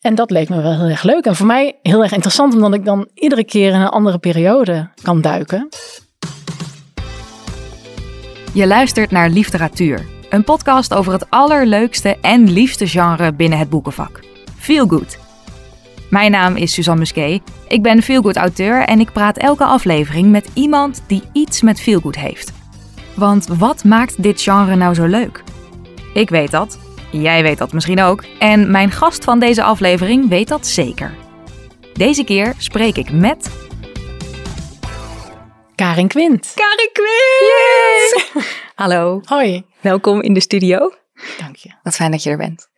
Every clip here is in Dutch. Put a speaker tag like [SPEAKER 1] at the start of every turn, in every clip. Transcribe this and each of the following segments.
[SPEAKER 1] En dat leek me wel heel erg leuk. En voor mij heel erg interessant, omdat ik dan iedere keer in een andere periode kan duiken.
[SPEAKER 2] Je luistert naar Literatuur, een podcast over het allerleukste en liefste genre binnen het boekenvak: Feel Good. Mijn naam is Suzanne Musquet. Ik ben Feelgood auteur en ik praat elke aflevering met iemand die iets met Feelgood heeft. Want wat maakt dit genre nou zo leuk? Ik weet dat. Jij weet dat misschien ook. En mijn gast van deze aflevering weet dat zeker. Deze keer spreek ik met.
[SPEAKER 1] Karin Quint.
[SPEAKER 3] Karin Quint! Yay! Hallo,
[SPEAKER 1] Hoi.
[SPEAKER 3] welkom in de studio.
[SPEAKER 1] Dank je.
[SPEAKER 3] Wat fijn dat je er bent.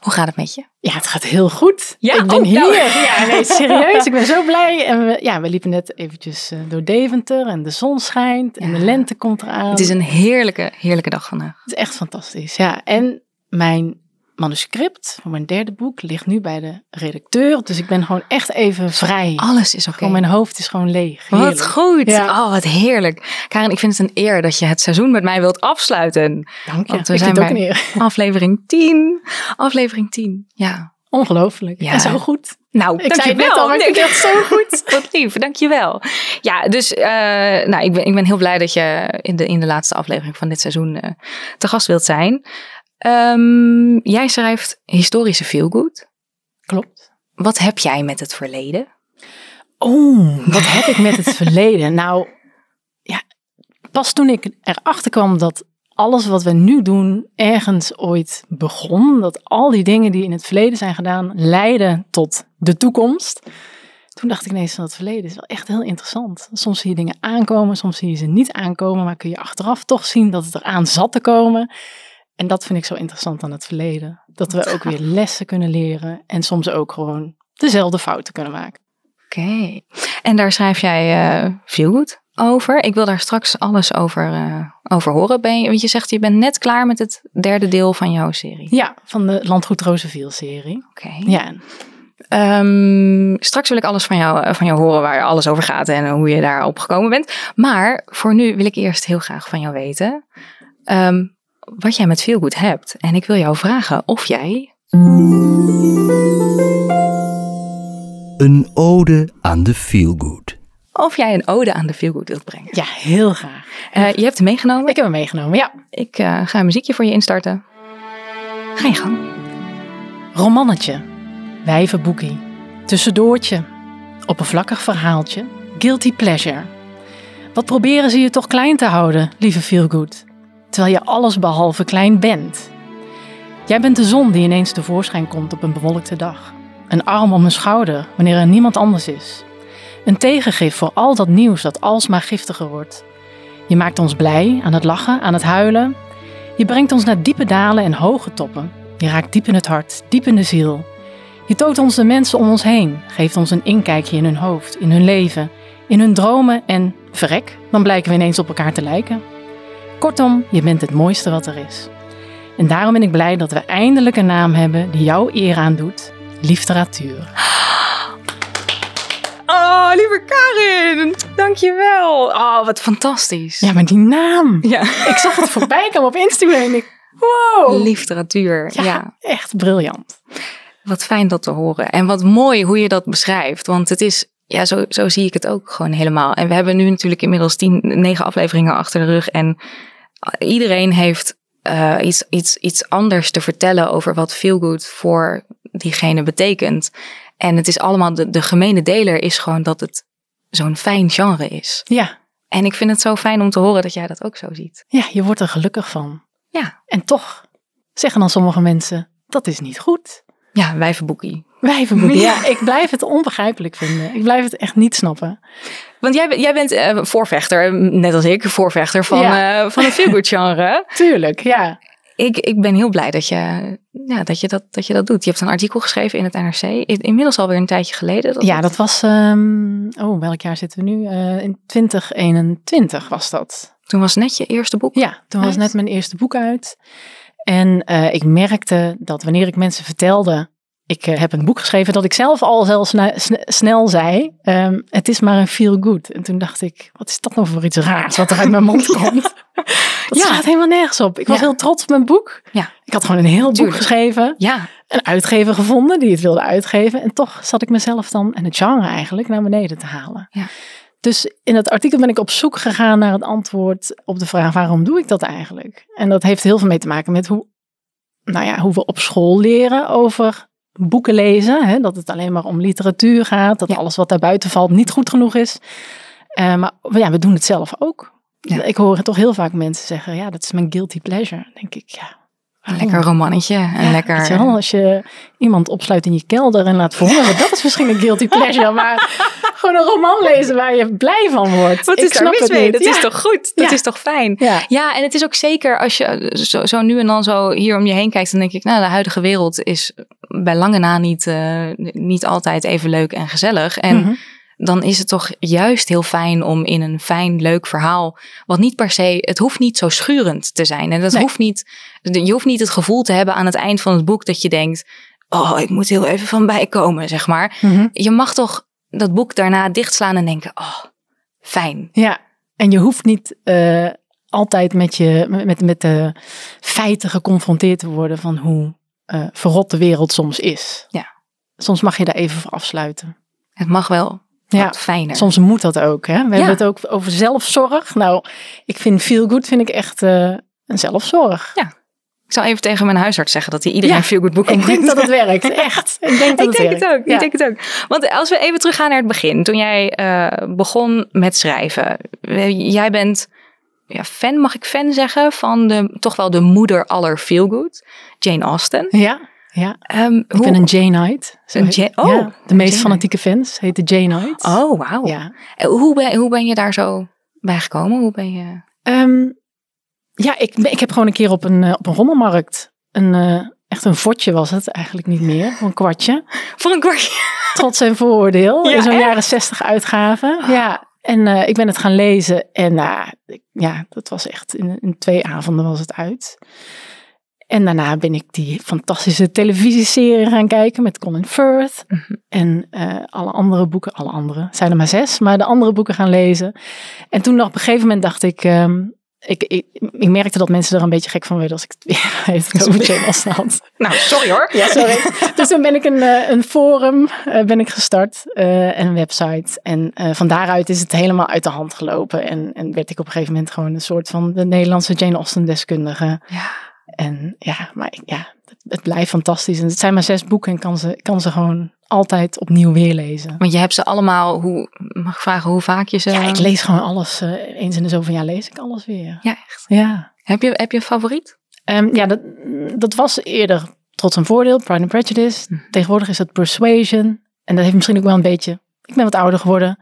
[SPEAKER 3] Hoe gaat het met je?
[SPEAKER 1] Ja, het gaat heel goed.
[SPEAKER 3] Ja,
[SPEAKER 1] ik ben
[SPEAKER 3] oh,
[SPEAKER 1] hier.
[SPEAKER 3] nou.
[SPEAKER 1] Ja, nee, serieus. Ik ben zo blij. En we, ja, we liepen net eventjes eh, door Deventer en de zon schijnt en de
[SPEAKER 3] Ja.
[SPEAKER 1] lente komt eraan.
[SPEAKER 3] Het is een heerlijke, heerlijke dag vandaag.
[SPEAKER 1] Het is echt fantastisch. Ja, en mijn manuscript voor mijn derde boek ligt nu bij de redacteur. Dus ik ben gewoon echt even vrij.
[SPEAKER 3] Alles is Oh, oké.
[SPEAKER 1] Gewoon Oh, mijn hoofd is gewoon leeg.
[SPEAKER 3] Wat
[SPEAKER 1] Heerlijk.
[SPEAKER 3] goed.
[SPEAKER 1] Ja.
[SPEAKER 3] Oh, wat heerlijk. Karin, ik vind het een eer dat je het seizoen met mij wilt afsluiten.
[SPEAKER 1] Dank je.
[SPEAKER 3] Want we
[SPEAKER 1] Ik
[SPEAKER 3] zijn
[SPEAKER 1] vind het ook
[SPEAKER 3] bij-
[SPEAKER 1] een eer.
[SPEAKER 3] Aflevering 10. Aflevering 10. Ja.
[SPEAKER 1] Ongelooflijk.
[SPEAKER 3] Ja.
[SPEAKER 1] En zo goed.
[SPEAKER 3] Nou,
[SPEAKER 1] Ik zei het net
[SPEAKER 3] dankjewel.
[SPEAKER 1] al, maar ik vind
[SPEAKER 3] Dank-
[SPEAKER 1] het echt zo goed.
[SPEAKER 3] Wat lief, dankjewel. Ja, dus eh, nou, ik, ben, ik ben heel blij dat je in de, in de laatste aflevering van dit seizoen eh, te gast wilt zijn. Ehm, jij schrijft historische feelgood.
[SPEAKER 1] Klopt.
[SPEAKER 3] Wat heb jij met het verleden?
[SPEAKER 1] Oh, wat heb ik met het verleden? Nou, ja, pas toen ik erachter kwam dat alles wat we nu doen ergens ooit begon, dat al die dingen die in het verleden zijn gedaan leiden tot de toekomst. Toen dacht ik ineens van het verleden is wel echt heel interessant. Soms zie je dingen aankomen, soms zie je ze niet aankomen, maar kun je achteraf toch zien dat het eraan zat te komen. En dat vind ik zo interessant aan het verleden. Dat we
[SPEAKER 3] Wat
[SPEAKER 1] ook weer lessen kunnen leren en soms ook gewoon dezelfde fouten kunnen maken.
[SPEAKER 3] Oké. En daar schrijf jij eh feelgood over. Ik wil daar straks alles over, eh, over horen. Ben je, want je zegt, je bent net klaar met het derde deel van jouw serie.
[SPEAKER 1] Ja, van de Landgoed Rozenviel serie.
[SPEAKER 3] Oké.
[SPEAKER 1] Ja,
[SPEAKER 3] Ehm, straks wil ik alles van jou, eh, van jou horen waar alles over gaat en hoe je daarop gekomen bent. Maar voor nu wil ik eerst heel graag van jou weten ehm, wat jij met Feelgood hebt. En ik wil jou vragen of jij...
[SPEAKER 4] Een ode aan de feelgood.
[SPEAKER 3] Of jij een ode aan de Feelgood wilt brengen.
[SPEAKER 1] ja heel graag.
[SPEAKER 3] Eh, je hebt hem meegenomen.
[SPEAKER 1] Ik heb hem meegenomen, ja.
[SPEAKER 3] Ik eh, ga een muziekje voor je instarten. Ga je gang.
[SPEAKER 1] Romannetje, wijvenboekie, tussendoortje, oppervlakkig verhaaltje, guilty pleasure. Wat proberen ze je toch klein te houden, lieve feelgood, terwijl je alles behalve klein bent. Jij bent de zon die ineens tevoorschijn komt op een bewolkte dag. Een arm om een schouder wanneer er niemand anders is. Een tegengif voor al dat nieuws dat alsmaar giftiger wordt. Je maakt ons blij aan het lachen, aan het huilen. Je brengt ons naar diepe dalen en hoge toppen. Je raakt diep in het hart, diep in de ziel. Je toont ons de mensen om ons heen, geeft ons een inkijkje in hun hoofd, in hun leven, in hun dromen en verrek, dan blijken we ineens op elkaar te lijken. Kortom, je bent het mooiste wat er is. En daarom ben ik blij dat we eindelijk een naam hebben die jou eer aandoet: literatuur.
[SPEAKER 3] Oh, lieve Karin. Dankjewel. Oh, wat fantastisch.
[SPEAKER 1] Ja, maar die naam!
[SPEAKER 3] ja.
[SPEAKER 1] Ik zag het voorbij komen op Instagram en ik. Wow!
[SPEAKER 3] Literatuur.
[SPEAKER 1] Ja.
[SPEAKER 3] Oh. ja.
[SPEAKER 1] Echt briljant.
[SPEAKER 3] Wat fijn dat te horen. En wat mooi hoe je dat beschrijft. Want het is, ja, zo, zo zie ik het ook gewoon helemaal. En we hebben nu natuurlijk inmiddels tien, negen afleveringen achter de rug. En iedereen heeft eh, iets, iets, iets anders te vertellen over wat feelgood voor diegene betekent. En het is allemaal, de, de gemene deler is gewoon dat het zo'n fijn genre is.
[SPEAKER 1] Ja,
[SPEAKER 3] En ik vind het zo fijn om te horen dat jij dat ook zo ziet.
[SPEAKER 1] ja, je wordt er gelukkig van.
[SPEAKER 3] Ja,
[SPEAKER 1] En toch zeggen dan sommige mensen: dat is niet goed.
[SPEAKER 3] ja wijvenboekie.
[SPEAKER 1] Wijvenboeken.
[SPEAKER 3] Ja.
[SPEAKER 1] Ja, ik blijf het onbegrijpelijk vinden. Ik blijf het echt niet snappen.
[SPEAKER 3] Want jij, bent- jij bent eh, voorvechter, net als ik, voorvechter van,
[SPEAKER 1] Ja.
[SPEAKER 3] eh, van het feelgood genre.
[SPEAKER 1] Tuurlijk, ja.
[SPEAKER 3] Ik, ik ben heel blij dat je, ja, dat, je dat, dat je dat doet. Je hebt een artikel geschreven in het NRC. In- Inmiddels alweer een tijdje geleden. Dat
[SPEAKER 1] Ja, dat was. ehm, oh, welk jaar zitten we nu? Eh, in 2021 was dat.
[SPEAKER 3] Toen was net je eerste boek.
[SPEAKER 1] Ja, toen was
[SPEAKER 3] Uit.
[SPEAKER 1] net mijn eerste boek uit. En eh, ik merkte dat wanneer ik mensen vertelde. Ik eh, heb een boek geschreven dat ik zelf al zelfs sne- sne- snel zei. ehm, het is maar een feel good. En toen dacht ik, wat is dat nou voor iets raars wat er uit mijn mond komt? Dat
[SPEAKER 3] Ja.
[SPEAKER 1] slaat helemaal nergens op. Ik was
[SPEAKER 3] Ja.
[SPEAKER 1] heel trots op mijn boek.
[SPEAKER 3] Ja.
[SPEAKER 1] Ik had gewoon een heel boek
[SPEAKER 3] Tuurlijk.
[SPEAKER 1] geschreven.
[SPEAKER 3] Ja,
[SPEAKER 1] een uitgever gevonden die het wilde uitgeven. En toch zat ik mezelf dan en het genre eigenlijk naar beneden te halen.
[SPEAKER 3] Ja.
[SPEAKER 1] Dus in dat artikel ben ik op zoek gegaan naar het antwoord op de vraag waarom doe ik dat eigenlijk? En dat heeft heel veel mee te maken met hoe, nou ja, hoe we op school leren over boeken lezen. Hè? Dat het alleen maar om literatuur gaat, dat
[SPEAKER 3] Ja.
[SPEAKER 1] alles wat daarbuiten valt niet goed genoeg is. Eh, maar ja, we doen het zelf ook.
[SPEAKER 3] Ja.
[SPEAKER 1] Ik hoor toch heel vaak mensen zeggen, ja, dat is mijn guilty pleasure. Dan denk ik, ja.
[SPEAKER 3] Een
[SPEAKER 1] waarom?
[SPEAKER 3] lekker romannetje. Een
[SPEAKER 1] Ja,
[SPEAKER 3] lekker... eh,
[SPEAKER 1] weet je wel, als je iemand opsluit in je kelder en laat verhongeren, dat is misschien een guilty pleasure. Maar gewoon een roman lezen waar je blij van wordt.
[SPEAKER 3] Wat
[SPEAKER 1] Ik
[SPEAKER 3] is daar
[SPEAKER 1] snap
[SPEAKER 3] mis
[SPEAKER 1] het
[SPEAKER 3] mee?
[SPEAKER 1] niet.
[SPEAKER 3] Dat
[SPEAKER 1] ja.
[SPEAKER 3] is toch goed? Dat
[SPEAKER 1] Ja.
[SPEAKER 3] is toch fijn?
[SPEAKER 1] Ja.
[SPEAKER 3] Ja, en het is ook zeker als je eh, zo, zo nu en dan zo hier om je heen kijkt, dan denk ik, nou, de huidige wereld is bij lange na niet, eh, niet altijd even leuk en gezellig. En
[SPEAKER 1] Mhm.
[SPEAKER 3] dan is het toch juist heel fijn om in een fijn, leuk verhaal, wat niet per se, het hoeft niet zo schurend te zijn. En dat
[SPEAKER 1] Nee.
[SPEAKER 3] hoeft niet, je hoeft niet het gevoel te hebben aan het eind van het boek dat je denkt, oh, ik moet heel even van bijkomen, zeg maar.
[SPEAKER 1] Mhm.
[SPEAKER 3] Je mag toch dat boek daarna dichtslaan en denken, oh, fijn.
[SPEAKER 1] Ja, en je hoeft niet eh, altijd met, je, met, met de feiten geconfronteerd te worden van hoe eh, verrot de wereld soms is.
[SPEAKER 3] Ja.
[SPEAKER 1] Soms mag je daar even voor afsluiten.
[SPEAKER 3] Het mag wel
[SPEAKER 1] Ja.
[SPEAKER 3] wat fijner.
[SPEAKER 1] Soms moet dat ook. Hè? We
[SPEAKER 3] Ja.
[SPEAKER 1] hebben het ook over zelfzorg. Nou, ik vind feel good vind ik echt eh, een zelfzorg.
[SPEAKER 3] Ik zal even tegen mijn huisarts zeggen dat hij iedereen
[SPEAKER 1] Ja,
[SPEAKER 3] een feel good boek
[SPEAKER 1] Ik denk
[SPEAKER 3] opbrengt.
[SPEAKER 1] dat het werkt, echt. Ik denk dat
[SPEAKER 3] ik
[SPEAKER 1] het
[SPEAKER 3] denk
[SPEAKER 1] werkt.
[SPEAKER 3] het ook.
[SPEAKER 1] Ja.
[SPEAKER 3] Ik denk het ook. Want als we even teruggaan naar het begin. Toen jij eh, begon met schrijven. eh, Jij bent ja, fan, mag ik fan zeggen, van de, toch wel de moeder aller feelgood. Jane Austen.
[SPEAKER 1] Ja, ja.
[SPEAKER 3] Ehm,
[SPEAKER 1] ik
[SPEAKER 3] hoe-
[SPEAKER 1] ben een Janeite. Zo
[SPEAKER 3] Een
[SPEAKER 1] heet-
[SPEAKER 3] Ja- oh,
[SPEAKER 1] ja,
[SPEAKER 3] een
[SPEAKER 1] de meest
[SPEAKER 3] Janeite.
[SPEAKER 1] fanatieke fans heten Janeite.
[SPEAKER 3] Oh, wauw.
[SPEAKER 1] Ja.
[SPEAKER 3] Eh, Hoe, ben, hoe ben je daar zo bij gekomen? Hoe ben je...
[SPEAKER 1] Ehm, ja, ik, ben- ik heb gewoon een keer op een, eh, op een rommelmarkt een... eh, Echt een vodje was het eigenlijk niet meer, voor een kwartje.
[SPEAKER 3] Voor een kwartje.
[SPEAKER 1] Trots en vooroordeel,
[SPEAKER 3] Ja,
[SPEAKER 1] in zo'n
[SPEAKER 3] echt? Ah.
[SPEAKER 1] jaren 60 uitgave. Ja, en eh, ik ben het gaan lezen en nou, ik- ja, dat was echt, in, in twee avonden was het uit. En daarna ben ik die fantastische televisieserie gaan kijken met Colin Firth.
[SPEAKER 3] Mhm.
[SPEAKER 1] En eh, alle andere boeken, alle andere, het zijn er maar zes, maar de andere boeken gaan lezen. En toen nog op een gegeven moment dacht ik, ehm, ik, ik, ik merkte dat mensen er een beetje gek van werden als ik het weer heeft het over Jane Austen had.
[SPEAKER 3] Nou, sorry hoor.
[SPEAKER 1] Ja, sorry. dus toen ben ik een, eh, een forum eh, ben ik gestart eh, en een website. En eh, van daaruit is het helemaal uit de hand gelopen. En, en werd ik op een gegeven moment gewoon een soort van de Nederlandse Jane Austen deskundige.
[SPEAKER 3] Ja.
[SPEAKER 1] En ja, maar ik- ja, het, het blijft fantastisch. En het zijn maar zes boeken en ik kan ze, ik kan ze gewoon altijd opnieuw weer lezen.
[SPEAKER 3] Want je hebt ze allemaal, hoe, mag ik vragen hoe vaak je ze...
[SPEAKER 1] Ja, ik lees gewoon alles. eh, eens in de zoveel jaar lees ik alles weer.
[SPEAKER 3] Ja, echt.
[SPEAKER 1] Ja.
[SPEAKER 3] Heb je, heb je een favoriet?
[SPEAKER 1] Ehm, ja, dat, dat was eerder Trots en Voordeel, Pride and Prejudice. Tegenwoordig is dat Persuasion. En dat heeft misschien ook wel een beetje... Ik ben wat ouder geworden.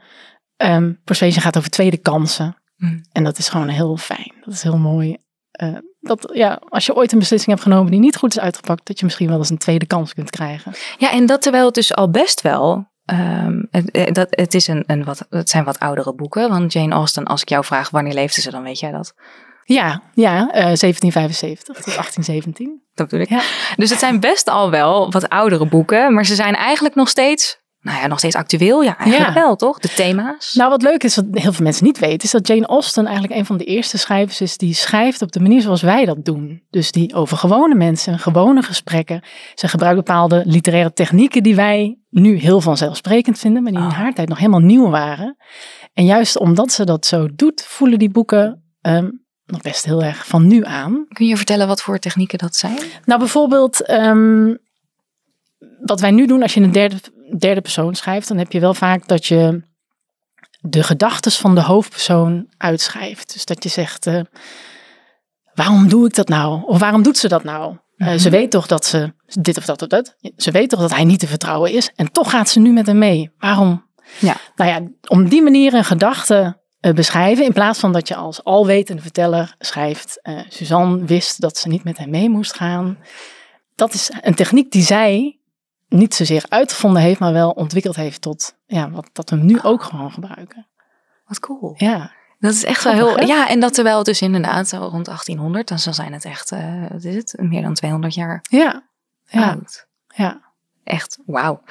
[SPEAKER 1] Ehm, Persuasion gaat over tweede kansen.
[SPEAKER 3] Hmm.
[SPEAKER 1] En dat is gewoon heel fijn. Dat is heel mooi. Eh, dat, ja, als je ooit een beslissing hebt genomen die niet goed is uitgepakt... dat je misschien wel eens een tweede kans kunt krijgen.
[SPEAKER 3] Ja, en dat terwijl het dus al best wel. ehm, het, eh, dat, het, is een, een wat, het zijn wat oudere boeken. Want Jane Austen, als ik jou vraag wanneer leefde ze, dan weet jij dat.
[SPEAKER 1] Ja, ja eh, 1775 tot 1817.
[SPEAKER 3] Dat bedoel ik.
[SPEAKER 1] Ja.
[SPEAKER 3] Dus het zijn best al wel wat oudere boeken. Maar ze zijn eigenlijk nog steeds. Nou ja, nog steeds actueel. Ja, eigenlijk
[SPEAKER 1] Ja.
[SPEAKER 3] wel, toch? De thema's.
[SPEAKER 1] Nou, wat leuk is, wat heel veel mensen niet weten, is dat Jane Austen eigenlijk een van de eerste schrijvers is die schrijft op de manier zoals wij dat doen. Dus die over gewone mensen, gewone gesprekken. Ze gebruikt bepaalde literaire technieken die wij nu heel vanzelfsprekend vinden, maar die in
[SPEAKER 3] Oh.
[SPEAKER 1] haar tijd nog helemaal nieuw waren. En juist omdat ze dat zo doet, voelen die boeken ehm, nog best heel erg van nu aan.
[SPEAKER 3] Kun je vertellen wat voor technieken dat zijn?
[SPEAKER 1] Nou, bijvoorbeeld, ehm, wat wij nu doen als je in een derde, derde persoon schrijft, dan heb je wel vaak dat je de gedachten van de hoofdpersoon uitschrijft. Dus dat je zegt, eh, waarom doe ik dat nou? Of waarom doet ze dat nou? Eh,
[SPEAKER 3] Mhm.
[SPEAKER 1] Ze weet toch dat ze dit of dat of dat. Ze weet toch dat hij niet te vertrouwen is. En toch gaat ze nu met hem mee. Waarom?
[SPEAKER 3] Ja.
[SPEAKER 1] Nou ja, om die manier een gedachte eh, beschrijven. In plaats van dat je als alwetende verteller schrijft. eh, Suzanne wist dat ze niet met hem mee moest gaan. Dat is een techniek die zij niet zozeer uitgevonden heeft, maar wel ontwikkeld heeft tot ja, wat dat we nu ook gewoon gebruiken.
[SPEAKER 3] Wat cool.
[SPEAKER 1] Ja,
[SPEAKER 3] Dat is echt wel heel.
[SPEAKER 1] Grappig, hè?
[SPEAKER 3] Ja, en dat terwijl het dus inderdaad zo rond 1800.
[SPEAKER 1] Ah.
[SPEAKER 3] Dan zijn het echt. eh, wat is het? Meer dan 200 jaar
[SPEAKER 1] ja, ja.
[SPEAKER 3] oud.
[SPEAKER 1] ja.
[SPEAKER 3] Echt, wauw.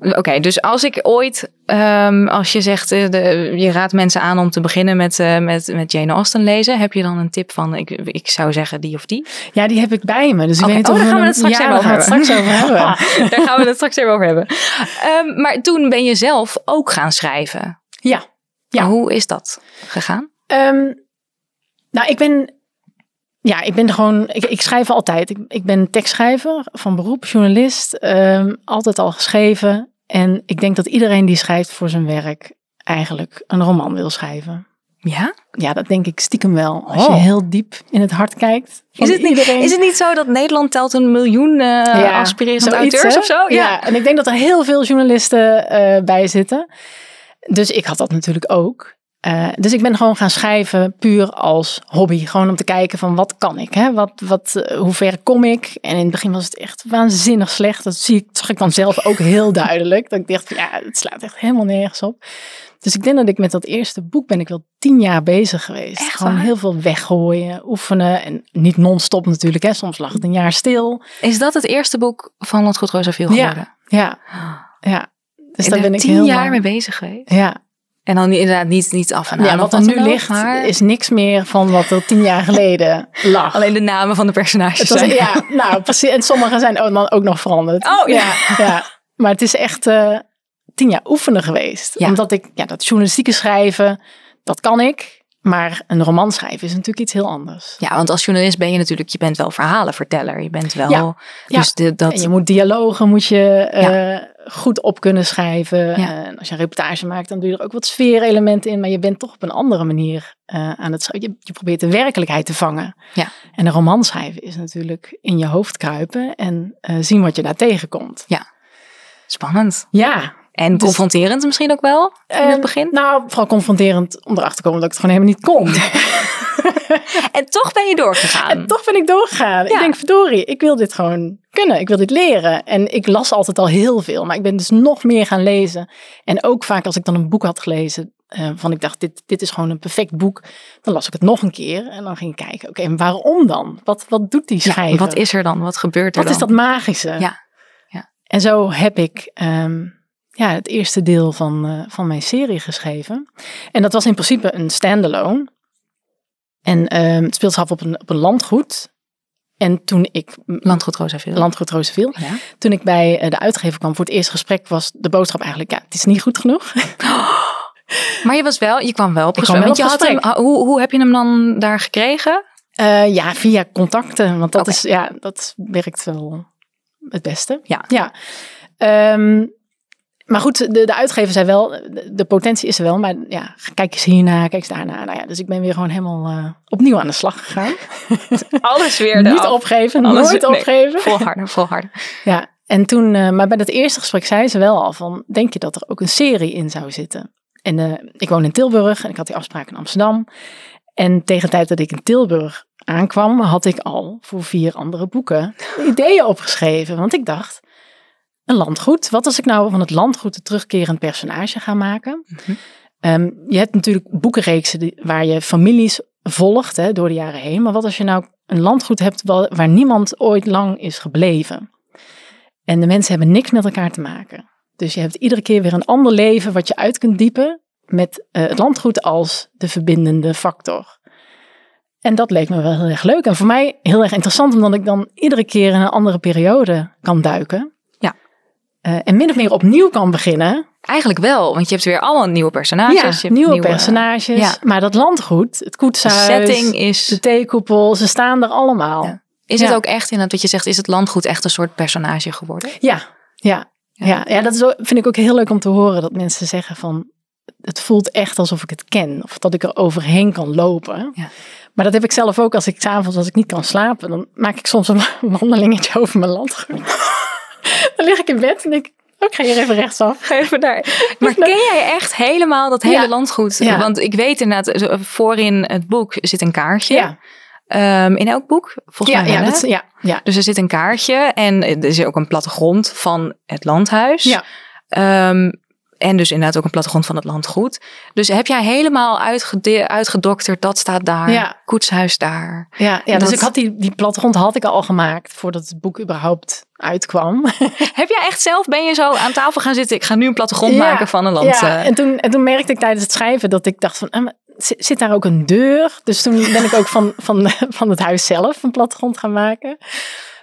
[SPEAKER 3] Oké, dus als ik ooit, ehm, als je zegt, eh, de, je raadt mensen aan om te beginnen met, eh, met, met Jane Austen lezen, heb je dan een tip van, ik, ik zou zeggen die of die?
[SPEAKER 1] Ja, die heb ik bij me. Dus ik
[SPEAKER 3] Oké,
[SPEAKER 1] weet niet
[SPEAKER 3] oh,
[SPEAKER 1] of
[SPEAKER 3] daar gaan we
[SPEAKER 1] hem-
[SPEAKER 3] het straks
[SPEAKER 1] ja,
[SPEAKER 3] even
[SPEAKER 1] daar gaan we
[SPEAKER 3] over
[SPEAKER 1] het straks over hebben. Ah.
[SPEAKER 3] Daar gaan we het straks even over hebben. Ehm, maar toen ben je zelf ook gaan schrijven.
[SPEAKER 1] Ja. Ja.
[SPEAKER 3] Hoe is dat gegaan?
[SPEAKER 1] Ehm, nou, ik ben. Ja, ik ben gewoon. Ik, ik schrijf altijd. Ik, ik ben tekstschrijver van beroep, journalist. ehm, altijd al geschreven. En ik denk dat iedereen die schrijft voor zijn werk eigenlijk een roman wil schrijven.
[SPEAKER 3] Ja?
[SPEAKER 1] Ja, dat denk ik stiekem wel. Als je
[SPEAKER 3] Oh.
[SPEAKER 1] heel diep in het hart kijkt. van
[SPEAKER 3] Is het, niet,
[SPEAKER 1] iedereen.
[SPEAKER 3] is het niet zo dat Nederland telt een miljoen eh
[SPEAKER 1] Ja,
[SPEAKER 3] aspirerende
[SPEAKER 1] zoiets,
[SPEAKER 3] auteurs
[SPEAKER 1] hè?
[SPEAKER 3] of zo? Ja.
[SPEAKER 1] Ja. en ik denk dat er heel veel journalisten eh, bij zitten. Dus ik had dat natuurlijk ook. Eh, dus ik ben gewoon gaan schrijven puur als hobby. Gewoon om te kijken van wat kan ik? Hè? Wat, wat, eh, hoe ver kom ik? En in het begin was het echt waanzinnig slecht. Dat zie ik, zag ik dan zelf ook heel duidelijk. Dat ik dacht, van, ja, het slaat echt helemaal nergens op. Dus ik denk dat ik met dat eerste boek ben ik wel tien jaar bezig geweest.
[SPEAKER 3] Echt
[SPEAKER 1] gewoon
[SPEAKER 3] waar?
[SPEAKER 1] heel veel weggooien, oefenen. En niet non-stop natuurlijk. Hè? Soms lag het een jaar stil.
[SPEAKER 3] Is dat het eerste boek van Landgoed Roosevelt
[SPEAKER 1] Ja.
[SPEAKER 3] geworden?
[SPEAKER 1] Ja, ja. Dus
[SPEAKER 3] Ik
[SPEAKER 1] daar ben ik
[SPEAKER 3] tien
[SPEAKER 1] heel
[SPEAKER 3] jaar
[SPEAKER 1] lang-
[SPEAKER 3] mee bezig geweest.
[SPEAKER 1] Ja,
[SPEAKER 3] En dan inderdaad niet, niet af en aan.
[SPEAKER 1] ja
[SPEAKER 3] of
[SPEAKER 1] wat er nu
[SPEAKER 3] dan ook,
[SPEAKER 1] ligt
[SPEAKER 3] nou? maar
[SPEAKER 1] is niks meer van wat er tien jaar geleden lag.
[SPEAKER 3] Alleen de namen van de
[SPEAKER 1] het
[SPEAKER 3] personages
[SPEAKER 1] was,
[SPEAKER 3] zijn.
[SPEAKER 1] ja, nou precies. En sommige zijn ook dan ook nog veranderd.
[SPEAKER 3] Oh, ja.
[SPEAKER 1] ja. Maar het is echt eh, tien jaar oefenen geweest.
[SPEAKER 3] Ja.
[SPEAKER 1] Omdat ik, ja, dat journalistieke schrijven, dat kan ik. Maar een roman schrijven is natuurlijk iets heel anders.
[SPEAKER 3] Ja, want als journalist ben je natuurlijk, je bent wel verhalenverteller. Je bent wel,
[SPEAKER 1] Ja.
[SPEAKER 3] dus de-
[SPEAKER 1] En
[SPEAKER 3] dat...
[SPEAKER 1] je moet dialogen moet je eh, goed op kunnen schrijven.
[SPEAKER 3] Ja.
[SPEAKER 1] En als je een reportage maakt, dan doe je er ook wat sfeerelementen in. Maar je bent toch op een andere manier eh, aan het schrijven. Je, je probeert de werkelijkheid te vangen.
[SPEAKER 3] Ja.
[SPEAKER 1] En een roman schrijven is natuurlijk in je hoofd kruipen en eh, zien wat je daar tegenkomt.
[SPEAKER 3] Spannend.
[SPEAKER 1] Ja.
[SPEAKER 3] En
[SPEAKER 1] Dus-
[SPEAKER 3] confronterend misschien ook wel, in
[SPEAKER 1] Ehm,
[SPEAKER 3] het begin.
[SPEAKER 1] Nou, vooral confronterend om erachter te komen dat ik het gewoon helemaal niet kon.
[SPEAKER 3] En toch ben je doorgegaan.
[SPEAKER 1] En toch ben ik doorgegaan.
[SPEAKER 3] Ja.
[SPEAKER 1] Ik denk, verdorie, ik wil dit gewoon kunnen. Ik wil dit leren. En ik las altijd al heel veel. Maar ik ben dus nog meer gaan lezen. En ook vaak als ik dan een boek had gelezen... eh, van ik dacht, dit, dit is gewoon een perfect boek. Dan las ik het nog een keer. En dan ging ik kijken, oké, en waarom dan? Wat, wat doet die
[SPEAKER 3] Ja,
[SPEAKER 1] schrijver?
[SPEAKER 3] wat is er dan? Wat gebeurt er
[SPEAKER 1] Wat is
[SPEAKER 3] dan?
[SPEAKER 1] dat magische?
[SPEAKER 3] Ja, ja.
[SPEAKER 1] En zo heb ik ehm, ja, het eerste deel van, eh, van mijn serie geschreven. En dat was in principe een standalone. En ehm, het speelt zich af op een, op een landgoed. En toen ik...
[SPEAKER 3] Landgoed Roosevelt.
[SPEAKER 1] Landgoed Roosevelt.
[SPEAKER 3] Ja.
[SPEAKER 1] Toen ik bij eh, de uitgever kwam voor het eerste gesprek was de boodschap eigenlijk... Ja, het is niet goed genoeg.
[SPEAKER 3] Maar je, was wel, je kwam wel op
[SPEAKER 1] Ik
[SPEAKER 3] gesprek.
[SPEAKER 1] kwam wel
[SPEAKER 3] Want
[SPEAKER 1] op
[SPEAKER 3] je had hem, ah,
[SPEAKER 1] gesprek.
[SPEAKER 3] hoe, hoe heb je hem dan daar gekregen?
[SPEAKER 1] Eh, ja, via contacten. Want dat,
[SPEAKER 3] Oké.
[SPEAKER 1] is, ja, dat werkt wel het beste.
[SPEAKER 3] Ja.
[SPEAKER 1] ja. Ehm, maar goed, de, de uitgever zei wel, de, de potentie is er wel. Maar ja, kijk eens hierna, kijk eens daarna. Nou ja, dus ik ben weer gewoon helemaal eh, opnieuw aan de slag gegaan.
[SPEAKER 3] Alles weer
[SPEAKER 1] Niet
[SPEAKER 3] eraf.
[SPEAKER 1] opgeven,
[SPEAKER 3] Alles-
[SPEAKER 1] nooit
[SPEAKER 3] nee.
[SPEAKER 1] opgeven.
[SPEAKER 3] Volharden, volharden.
[SPEAKER 1] Ja, en toen, eh, maar bij dat eerste gesprek zei ze wel al van, denk je dat er ook een serie in zou zitten? En eh, ik woon in Tilburg en ik had die afspraak in Amsterdam. En tegen de tijd dat ik in Tilburg aankwam, had ik al voor vier andere boeken ideeën opgeschreven. Want ik dacht, een landgoed, wat als ik nou van het landgoed een terugkerend personage ga maken?
[SPEAKER 3] Mhm.
[SPEAKER 1] Ehm, je hebt natuurlijk boekenreeksen die- waar je families volgt hè, door de jaren heen. Maar wat als je nou een landgoed hebt wa- waar niemand ooit lang is gebleven? En de mensen hebben niks met elkaar te maken. Dus je hebt iedere keer weer een ander leven wat je uit kunt diepen met eh, het landgoed als de verbindende factor. En dat leek me wel heel erg leuk en voor mij heel erg interessant, omdat ik dan iedere keer in een andere periode kan duiken.
[SPEAKER 3] Ja.
[SPEAKER 1] Eh, en min of meer opnieuw kan beginnen.
[SPEAKER 3] Eigenlijk wel, want je hebt weer allemaal nieuwe personages. je hebt
[SPEAKER 1] nieuwe, personages.
[SPEAKER 3] ja.
[SPEAKER 1] Maar dat landgoed, het
[SPEAKER 3] De
[SPEAKER 1] koetshuis,
[SPEAKER 3] setting
[SPEAKER 1] de
[SPEAKER 3] is...
[SPEAKER 1] theekoepel, ze staan er allemaal.
[SPEAKER 3] Ja. Is het
[SPEAKER 1] ja.
[SPEAKER 3] ook echt, in wat je zegt, is het landgoed echt een soort personage geworden?
[SPEAKER 1] Ja, ja,
[SPEAKER 3] Ja.
[SPEAKER 1] ja. ja. dat is, ook- vind ik ook heel leuk om te horen dat mensen zeggen van het voelt echt alsof ik het ken of dat ik er overheen kan lopen.
[SPEAKER 3] Ja.
[SPEAKER 1] Maar dat heb ik zelf ook als ik 's avonds als ik niet kan slapen, dan maak ik soms een wandelingetje over mijn landgoed. dan lig ik in bed en denk ik, oh, ik ga hier even rechtsaf.
[SPEAKER 3] Ga even daar. Maar ken jij echt helemaal dat hele
[SPEAKER 1] Ja.
[SPEAKER 3] landgoed?
[SPEAKER 1] Ja.
[SPEAKER 3] Want ik weet inderdaad, zo- eh, voorin het boek zit een kaartje.
[SPEAKER 1] Ja,
[SPEAKER 3] Ehm, in elk boek, volgens
[SPEAKER 1] ja,
[SPEAKER 3] mij.
[SPEAKER 1] ja,
[SPEAKER 3] wel, hè?
[SPEAKER 1] dat, ja, ja.
[SPEAKER 3] Dus er zit een eh,
[SPEAKER 1] Dus-
[SPEAKER 3] kaartje en er is ook een plattegrond van het landhuis.
[SPEAKER 1] Ja.
[SPEAKER 3] Ehm, En dus inderdaad ook een plattegrond van het landgoed. Dus heb jij helemaal uitgede- uitgedokterd, dat staat daar,
[SPEAKER 1] Ja.
[SPEAKER 3] koetshuis daar.
[SPEAKER 1] Ja, ja
[SPEAKER 3] Dat-
[SPEAKER 1] dus ik had die, die plattegrond had ik al gemaakt voordat het boek überhaupt uitkwam.
[SPEAKER 3] Heb jij echt zelf, ben je zo aan tafel gaan zitten, ik ga nu een plattegrond
[SPEAKER 1] Ja.
[SPEAKER 3] maken van een land.
[SPEAKER 1] Ja,
[SPEAKER 3] eh.
[SPEAKER 1] en toen, en toen merkte ik tijdens het schrijven dat ik dacht van, ah, maar zi- zit daar ook een deur? Dus toen ben ik ook van, van, van het huis zelf een plattegrond gaan maken.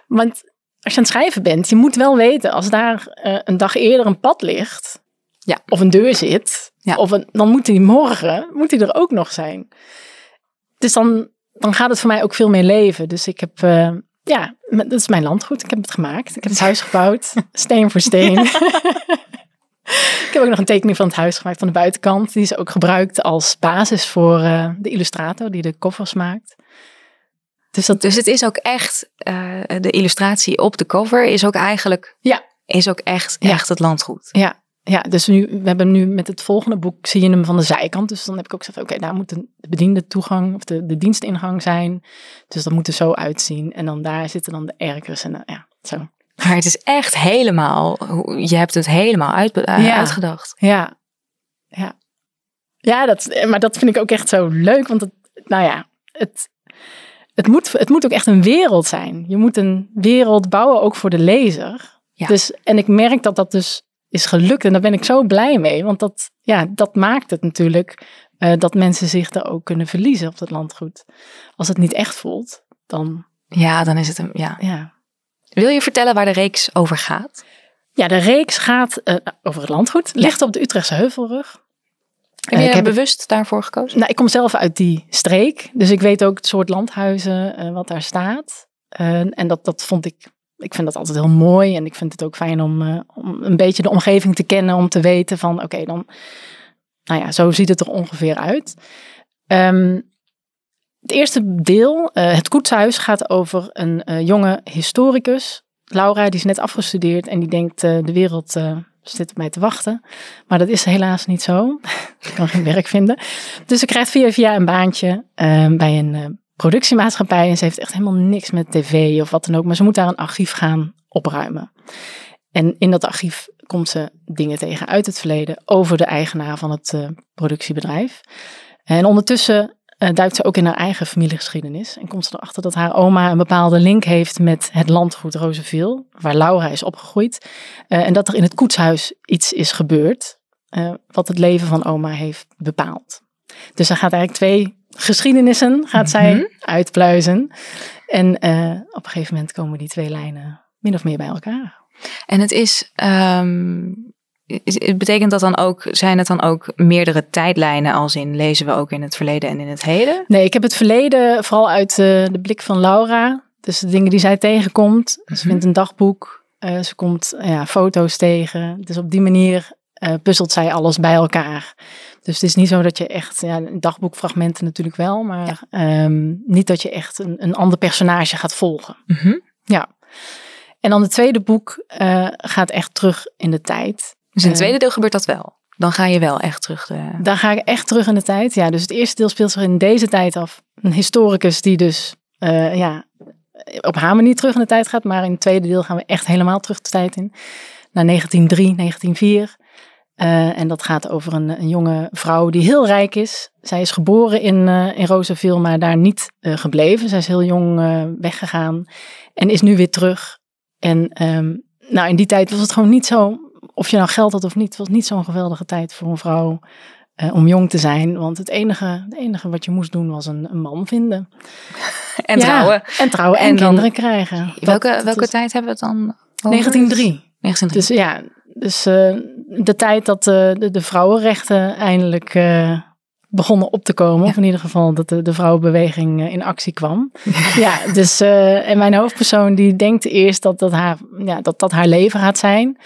[SPEAKER 1] Want als je aan het schrijven bent, je moet wel weten, als daar eh, een dag eerder een pad ligt,
[SPEAKER 3] Ja.
[SPEAKER 1] of een deur zit,
[SPEAKER 3] Ja.
[SPEAKER 1] of een, dan moet die morgen, moet die er ook nog zijn. Dus dan, dan gaat het voor mij ook veel meer leven. Dus ik heb... eh, ja, m- dat is mijn landgoed. Ik heb het gemaakt. Ik heb het huis gebouwd. Steen voor steen. Ik heb ook nog een tekening van het huis gemaakt van de buitenkant. Die is ook gebruikt als basis voor eh, de illustrator die de koffers maakt. Dus dat
[SPEAKER 3] Dus het is ook echt, eh, de illustratie op de cover is ook eigenlijk,
[SPEAKER 1] Ja.
[SPEAKER 3] is ook echt,
[SPEAKER 1] Ja.
[SPEAKER 3] echt het landgoed.
[SPEAKER 1] ja, ja, dus nu, we hebben nu met het volgende boek zie je hem van de zijkant. Dus dan heb ik ook gezegd, oké, daar moet de de bediende toegang of de, de dienstingang zijn. Dus dat moet er zo uitzien. En dan daar zitten dan de erkers en dan- ja, zo.
[SPEAKER 3] Maar het is echt helemaal, hoe- je hebt het helemaal uit, eh,
[SPEAKER 1] Ja.
[SPEAKER 3] uitgedacht.
[SPEAKER 1] Ja, ja. Ja, dat, eh, maar dat vind ik ook echt zo leuk. Want het, nou ja, het, het, moet, het moet ook echt een wereld zijn. Je moet een wereld bouwen, ook voor de lezer.
[SPEAKER 3] Ja.
[SPEAKER 1] Dus, en ik merk dat dat dus is gelukt. En daar ben ik zo blij mee. Want dat, ja, dat maakt het natuurlijk eh, dat mensen zich daar ook kunnen verliezen op dat landgoed. Als het niet echt voelt, dan
[SPEAKER 3] Ja, dan is het een, ja.
[SPEAKER 1] ja,
[SPEAKER 3] Wil je vertellen waar de reeks over gaat?
[SPEAKER 1] Ja, de reeks gaat eh, over het landgoed. Ligt op de Utrechtse Heuvelrug.
[SPEAKER 3] Heb
[SPEAKER 1] Eh,
[SPEAKER 3] je
[SPEAKER 1] ik heb-
[SPEAKER 3] bewust daarvoor gekozen?
[SPEAKER 1] Nou, ik kom zelf uit die streek. Dus ik weet ook het soort landhuizen eh, wat daar staat. Eh, en dat, dat vond ik... Ik vind dat altijd heel mooi. En ik vind het ook fijn om, eh, om een beetje de omgeving te kennen. Om te weten van, oké, dan... Nou ja, zo ziet het er ongeveer uit. Ehm, het eerste deel, eh, het koetshuis, gaat over een eh, jonge historicus. Laura, die is net afgestudeerd en die denkt, eh, de wereld eh, zit op mij te wachten. Maar dat is helaas niet zo. Ik kan geen werk vinden. Dus ze krijgt via via een baantje eh, bij een eh, productiemaatschappij. En ze heeft echt helemaal niks met tv of wat dan ook. Maar ze moet daar een archief gaan opruimen. En in dat archief komt ze dingen tegen uit het verleden over de eigenaar van het eh, productiebedrijf. En ondertussen eh, duikt ze ook in haar eigen familiegeschiedenis. En komt ze erachter dat haar oma een bepaalde link heeft met het landgoed Roosevelt, waar Laura is opgegroeid. Eh, en dat er in het koetshuis iets is gebeurd, eh, wat het leven van oma heeft bepaald. Dus dan gaat eigenlijk twee geschiedenissen gaat zij uitpluizen. En eh, op een gegeven moment komen die twee lijnen min of meer bij elkaar.
[SPEAKER 3] En het is, ehm, is- het betekent dat dan ook, zijn het dan ook meerdere tijdlijnen als in lezen we ook in het verleden en in het heden?
[SPEAKER 1] Nee, ik heb het verleden vooral uit eh, de blik van Laura. Dus de dingen die zij tegenkomt. Ze vindt een dagboek. eh, ze komt ja, foto's tegen. Dus op die manier eh, puzzelt zij alles bij elkaar. Dus het is niet zo dat je echt, ja, dagboekfragmenten natuurlijk wel, maar ehm, niet dat je echt een, een ander personage gaat volgen.
[SPEAKER 3] Mhm.
[SPEAKER 1] En dan het tweede boek eh, gaat echt terug in de tijd.
[SPEAKER 3] Dus in
[SPEAKER 1] Eh.
[SPEAKER 3] het tweede deel gebeurt dat wel. Dan ga je wel echt terug. eh, De...
[SPEAKER 1] Daar ga ik echt terug in de tijd. Ja, dus het eerste deel speelt zich in deze tijd af. Een historicus die dus eh, ja, op haar manier terug in de tijd gaat. Maar in het tweede deel gaan we echt helemaal terug de tijd in. Naar 1903, 1904. Eh, en dat gaat over een, een jonge vrouw die heel rijk is. Zij is geboren in, eh, in Roosevelt, maar daar niet eh, gebleven. Zij is heel jong eh, weggegaan en is nu weer terug. En ehm, nou, in die tijd was het gewoon niet zo, of je nou geld had of niet, het was niet zo'n geweldige tijd voor een vrouw eh, om jong te zijn. Want het enige, het enige wat je moest doen was een, een man vinden.
[SPEAKER 3] En
[SPEAKER 1] Ja,
[SPEAKER 3] trouwen.
[SPEAKER 1] En trouwen en,
[SPEAKER 3] En dan-
[SPEAKER 1] kinderen krijgen. Dat-
[SPEAKER 3] welke
[SPEAKER 1] dat
[SPEAKER 3] welke
[SPEAKER 1] is-
[SPEAKER 3] tijd hebben we het dan? over?
[SPEAKER 1] 1903.
[SPEAKER 3] 1903.
[SPEAKER 1] Dus ja, dus eh, de tijd dat eh, de, de vrouwenrechten eindelijk eh, begonnen op te komen.
[SPEAKER 3] Ja.
[SPEAKER 1] Of in ieder geval dat de, de vrouwenbeweging eh, in actie kwam. ja, dus eh, en mijn hoofdpersoon die denkt eerst dat dat, haar, ja, dat dat haar leven gaat zijn.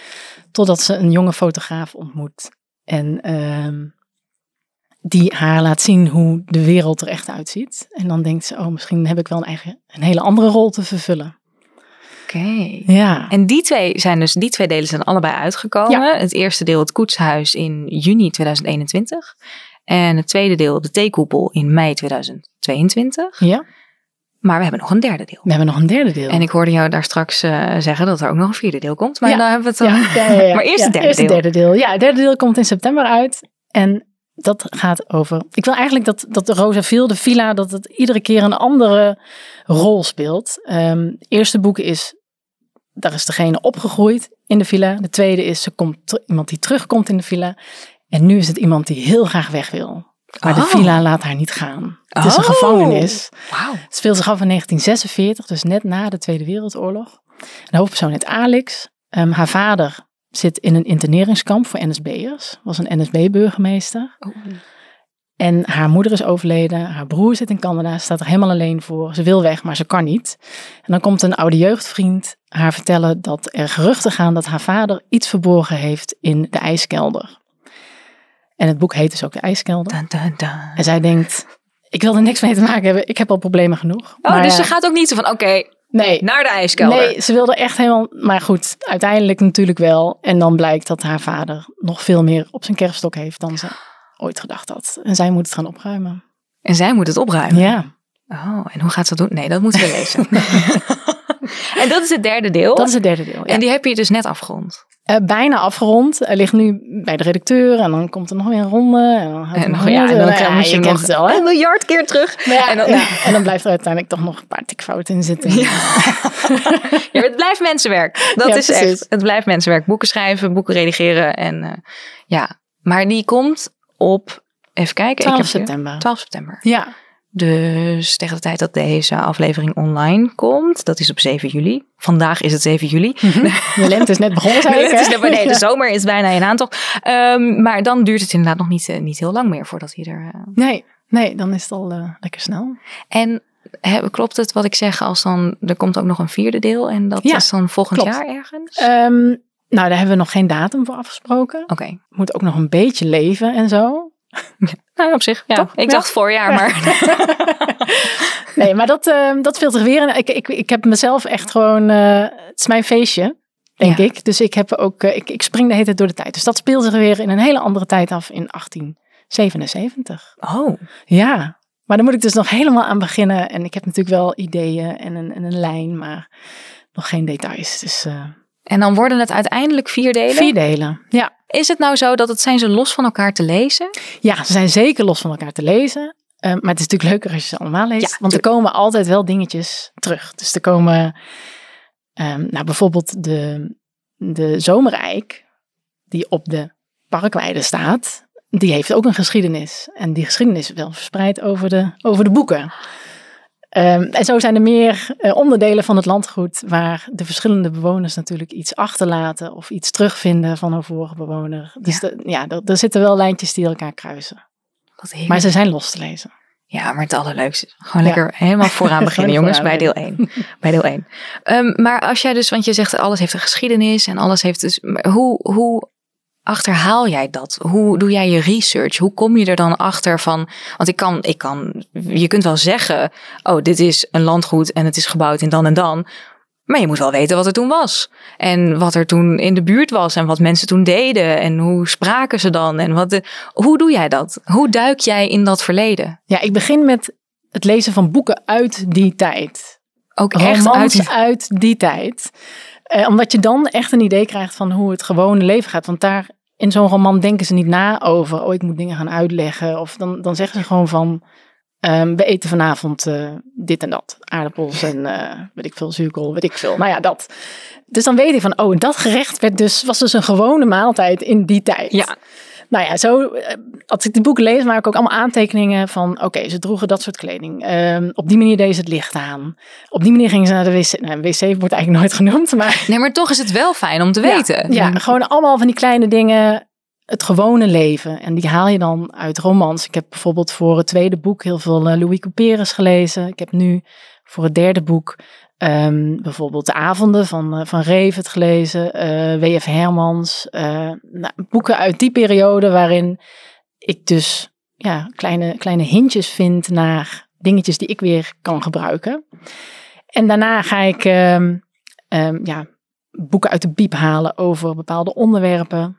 [SPEAKER 1] Totdat ze een jonge fotograaf ontmoet. En ehm, die haar laat zien hoe de wereld er echt uitziet. En dan denkt ze, oh misschien heb ik wel een, eigen, een hele andere rol te vervullen.
[SPEAKER 3] Oké.
[SPEAKER 1] Ja.
[SPEAKER 3] En die twee zijn dus, die twee delen zijn allebei uitgekomen. Het eerste deel, het koetshuis, in juni 2021. En het tweede deel, de theekoepel, in mei 2022.
[SPEAKER 1] ja.
[SPEAKER 3] Maar we hebben nog een derde deel.
[SPEAKER 1] We hebben nog een derde deel.
[SPEAKER 3] En ik hoorde jou daar straks eh, zeggen dat er ook nog een vierde deel komt. Maar
[SPEAKER 1] Ja.
[SPEAKER 3] dan hebben we het dan.
[SPEAKER 1] Ja, ja, ja, ja.
[SPEAKER 3] Maar eerst
[SPEAKER 1] Ja,
[SPEAKER 3] het derde
[SPEAKER 1] eerst
[SPEAKER 3] deel.
[SPEAKER 1] Ja, het derde deel komt in september uit. En dat gaat over... Ik wil eigenlijk dat, dat de Rosa Viel, de villa, dat het iedere keer een andere rol speelt. Ehm, het eerste boek is, daar is degene opgegroeid in de villa. De tweede is, ze komt, ter- iemand die terugkomt in de villa. En nu is het iemand die heel graag weg wil. Maar de
[SPEAKER 3] Oh.
[SPEAKER 1] villa laat haar niet gaan. Het is een
[SPEAKER 3] Oh.
[SPEAKER 1] gevangenis.
[SPEAKER 3] Wauw.
[SPEAKER 1] Het speelt zich af in 1946, dus net na de Tweede Wereldoorlog. De hoofdpersoon heet Alex. Ehm, haar vader zit in een interneringskamp voor NSB'ers. Was een NSB-burgemeester. En haar moeder is overleden. Haar broer zit in Canada, staat er helemaal alleen voor. Ze wil weg, maar ze kan niet. En dan komt een oude jeugdvriend haar vertellen dat er geruchten gaan dat haar vader iets verborgen heeft in de ijskelder. En het boek heet dus ook De IJskelder.
[SPEAKER 3] Dun, dun, dun.
[SPEAKER 1] En zij denkt, ik wil er niks mee te maken hebben. Ik heb al problemen genoeg.
[SPEAKER 3] Oh,
[SPEAKER 1] Maar
[SPEAKER 3] dus
[SPEAKER 1] ja,
[SPEAKER 3] ze gaat ook niet zo van, oké,
[SPEAKER 1] nee,
[SPEAKER 3] naar de ijskelder.
[SPEAKER 1] Nee, ze wilde echt helemaal... Maar goed, uiteindelijk natuurlijk wel. En dan blijkt dat haar vader nog veel meer op zijn kerfstok heeft dan ze ooit gedacht had. En zij moet het gaan opruimen.
[SPEAKER 3] En zij moet het opruimen.
[SPEAKER 1] Ja,
[SPEAKER 3] Oh, en hoe gaat ze dat doen? Nee, dat moeten we lezen. en dat is het derde deel.
[SPEAKER 1] dat is het derde deel. Ja.
[SPEAKER 3] En die heb je dus net afgerond.
[SPEAKER 1] Eh, bijna afgerond. Hij ligt nu bij de redacteur en dan komt er nog weer een ronde. En dan, gaat er
[SPEAKER 3] En
[SPEAKER 1] nog
[SPEAKER 3] nog, ja,
[SPEAKER 1] een-
[SPEAKER 3] en dan
[SPEAKER 1] ja,
[SPEAKER 3] moet
[SPEAKER 1] je
[SPEAKER 3] je hem
[SPEAKER 1] kent
[SPEAKER 3] nog
[SPEAKER 1] het wel, hè?
[SPEAKER 3] een miljard keer terug.
[SPEAKER 1] Maar ja,
[SPEAKER 3] en dan-
[SPEAKER 1] ja, en dan blijft er uiteindelijk toch nog een paar tikfouten in zitten.
[SPEAKER 3] Ja, het blijft mensenwerk. Dat
[SPEAKER 1] Ja,
[SPEAKER 3] is
[SPEAKER 1] precies.
[SPEAKER 3] echt. Het blijft mensenwerk. Boeken schrijven, boeken redigeren. En eh, ja, maar die komt op, even kijken.
[SPEAKER 1] 12
[SPEAKER 3] heb hier-
[SPEAKER 1] september.
[SPEAKER 3] 12 september.
[SPEAKER 1] Ja,
[SPEAKER 3] Dus tegen de tijd dat deze aflevering online komt, dat is op 7 juli. Vandaag is het 7 juli.
[SPEAKER 1] de lente is net begonnen, zei
[SPEAKER 3] Nee,
[SPEAKER 1] ik,
[SPEAKER 3] het is
[SPEAKER 1] hè?
[SPEAKER 3] net- Dus nee, de zomer is bijna in aantocht. Ehm, maar dan duurt het inderdaad nog niet, eh, niet heel lang meer voordat hij er... eh,
[SPEAKER 1] Nee, nee, dan is het al eh, lekker snel.
[SPEAKER 3] En hè, klopt het wat ik zeg als dan... Er komt ook nog een vierde deel en dat
[SPEAKER 1] Ja,
[SPEAKER 3] is dan volgend
[SPEAKER 1] klopt.
[SPEAKER 3] jaar ergens?
[SPEAKER 1] Ehm, nou, daar hebben we nog geen datum voor afgesproken.
[SPEAKER 3] Oké.
[SPEAKER 1] Moet ook nog een beetje leven en zo.
[SPEAKER 3] Nou, op zich, ja.
[SPEAKER 1] Toch?
[SPEAKER 3] Ik
[SPEAKER 1] Ja.
[SPEAKER 3] dacht voorjaar, maar...
[SPEAKER 1] Nee, maar dat, ehm dat viel er weer in. Ik, ik, ik heb mezelf echt gewoon... eh, het is mijn feestje, denk
[SPEAKER 3] Ja.
[SPEAKER 1] ik. Dus ik, heb ook, eh, ik, ik spring de hele tijd door de tijd. Dus dat speelt zich weer in een hele andere tijd af in 1877.
[SPEAKER 3] Oh,
[SPEAKER 1] Ja, maar daar moet ik dus nog helemaal aan beginnen. En ik heb natuurlijk wel ideeën en een, en een lijn, maar nog geen details. Dus eh,
[SPEAKER 3] en dan worden het uiteindelijk vier delen.
[SPEAKER 1] vier delen. Ja.
[SPEAKER 3] Is het nou zo dat het zijn ze los van elkaar te lezen?
[SPEAKER 1] Ja, ze zijn zeker los van elkaar te lezen. Eh, maar het is natuurlijk leuker als je ze allemaal leest.
[SPEAKER 3] Ja,
[SPEAKER 1] want er komen altijd wel dingetjes terug. Dus er komen, ehm, nou bijvoorbeeld de, de zomereik, die op de parkweide staat. Die heeft ook een geschiedenis. En die geschiedenis is wel verspreid over de, over de boeken. Ehm, en zo zijn er meer eh, onderdelen van het landgoed waar de verschillende bewoners natuurlijk iets achterlaten of iets terugvinden van een vorige bewoner. Dus de- ja, er- er zitten wel lijntjes die elkaar kruisen.
[SPEAKER 3] Wat heerlijk.
[SPEAKER 1] Maar ze zijn los te lezen.
[SPEAKER 3] Ja, maar het allerleukste. Gewoon
[SPEAKER 1] Ja.
[SPEAKER 3] lekker helemaal vooraan beginnen,
[SPEAKER 1] Gewoon
[SPEAKER 3] jongens, bij deel 1. Bij deel 1. maar als jij dus, want je zegt alles heeft een geschiedenis en alles heeft dus. maar Hoe, hoe achterhaal jij dat? Hoe doe jij je research? Hoe kom je er dan achter van. Want ik kan, ik kan, je kunt wel zeggen, oh, dit is een landgoed en het is gebouwd in dan en dan. Maar je moet wel weten wat er toen was. En wat er toen in de buurt was. En wat mensen toen deden. En hoe spraken ze dan. En wat de- hoe doe jij dat? Hoe duik jij in dat verleden?
[SPEAKER 1] Ja, ik begin met het lezen van boeken uit die tijd.
[SPEAKER 3] Ook echt
[SPEAKER 1] Romans
[SPEAKER 3] uit.
[SPEAKER 1] uit... die tijd. Eh, omdat je dan echt een idee krijgt van hoe het gewone leven gaat. Want daar in zo'n roman denken ze niet na over. Oh, ik moet dingen gaan uitleggen. Of dan, dan zeggen ze gewoon van. ehm, we eten vanavond eh, dit en dat. Aardappels en eh, weet ik veel, zuurkool, weet ik veel. Nou ja, dat. Dus dan weet ik van, oh, dat gerecht werd dus, was dus een gewone maaltijd in die tijd.
[SPEAKER 3] Ja,
[SPEAKER 1] Nou ja, zo, eh, als ik die boeken lees, maak ik ook allemaal aantekeningen van... oké, ze droegen dat soort kleding. Ehm, op die manier deden ze het licht aan. Op die manier gingen ze naar de wc. Nou, wc wordt eigenlijk nooit genoemd, maar...
[SPEAKER 3] nee, maar toch is het wel fijn om te weten.
[SPEAKER 1] Ja, gewoon allemaal van die kleine dingen. Het gewone leven. En die haal je dan uit romans. Ik heb bijvoorbeeld voor het tweede boek heel veel eh, Louis Couperus gelezen. Ik heb nu voor het derde boek ehm, bijvoorbeeld De Avonden van, eh, van Revert gelezen. eh, W.F. Hermans. eh, nou, boeken uit die periode waarin ik dus ja, kleine, kleine hintjes vind naar dingetjes die ik weer kan gebruiken. En daarna ga ik ehm, ehm, ja, boeken uit de biep halen over bepaalde onderwerpen.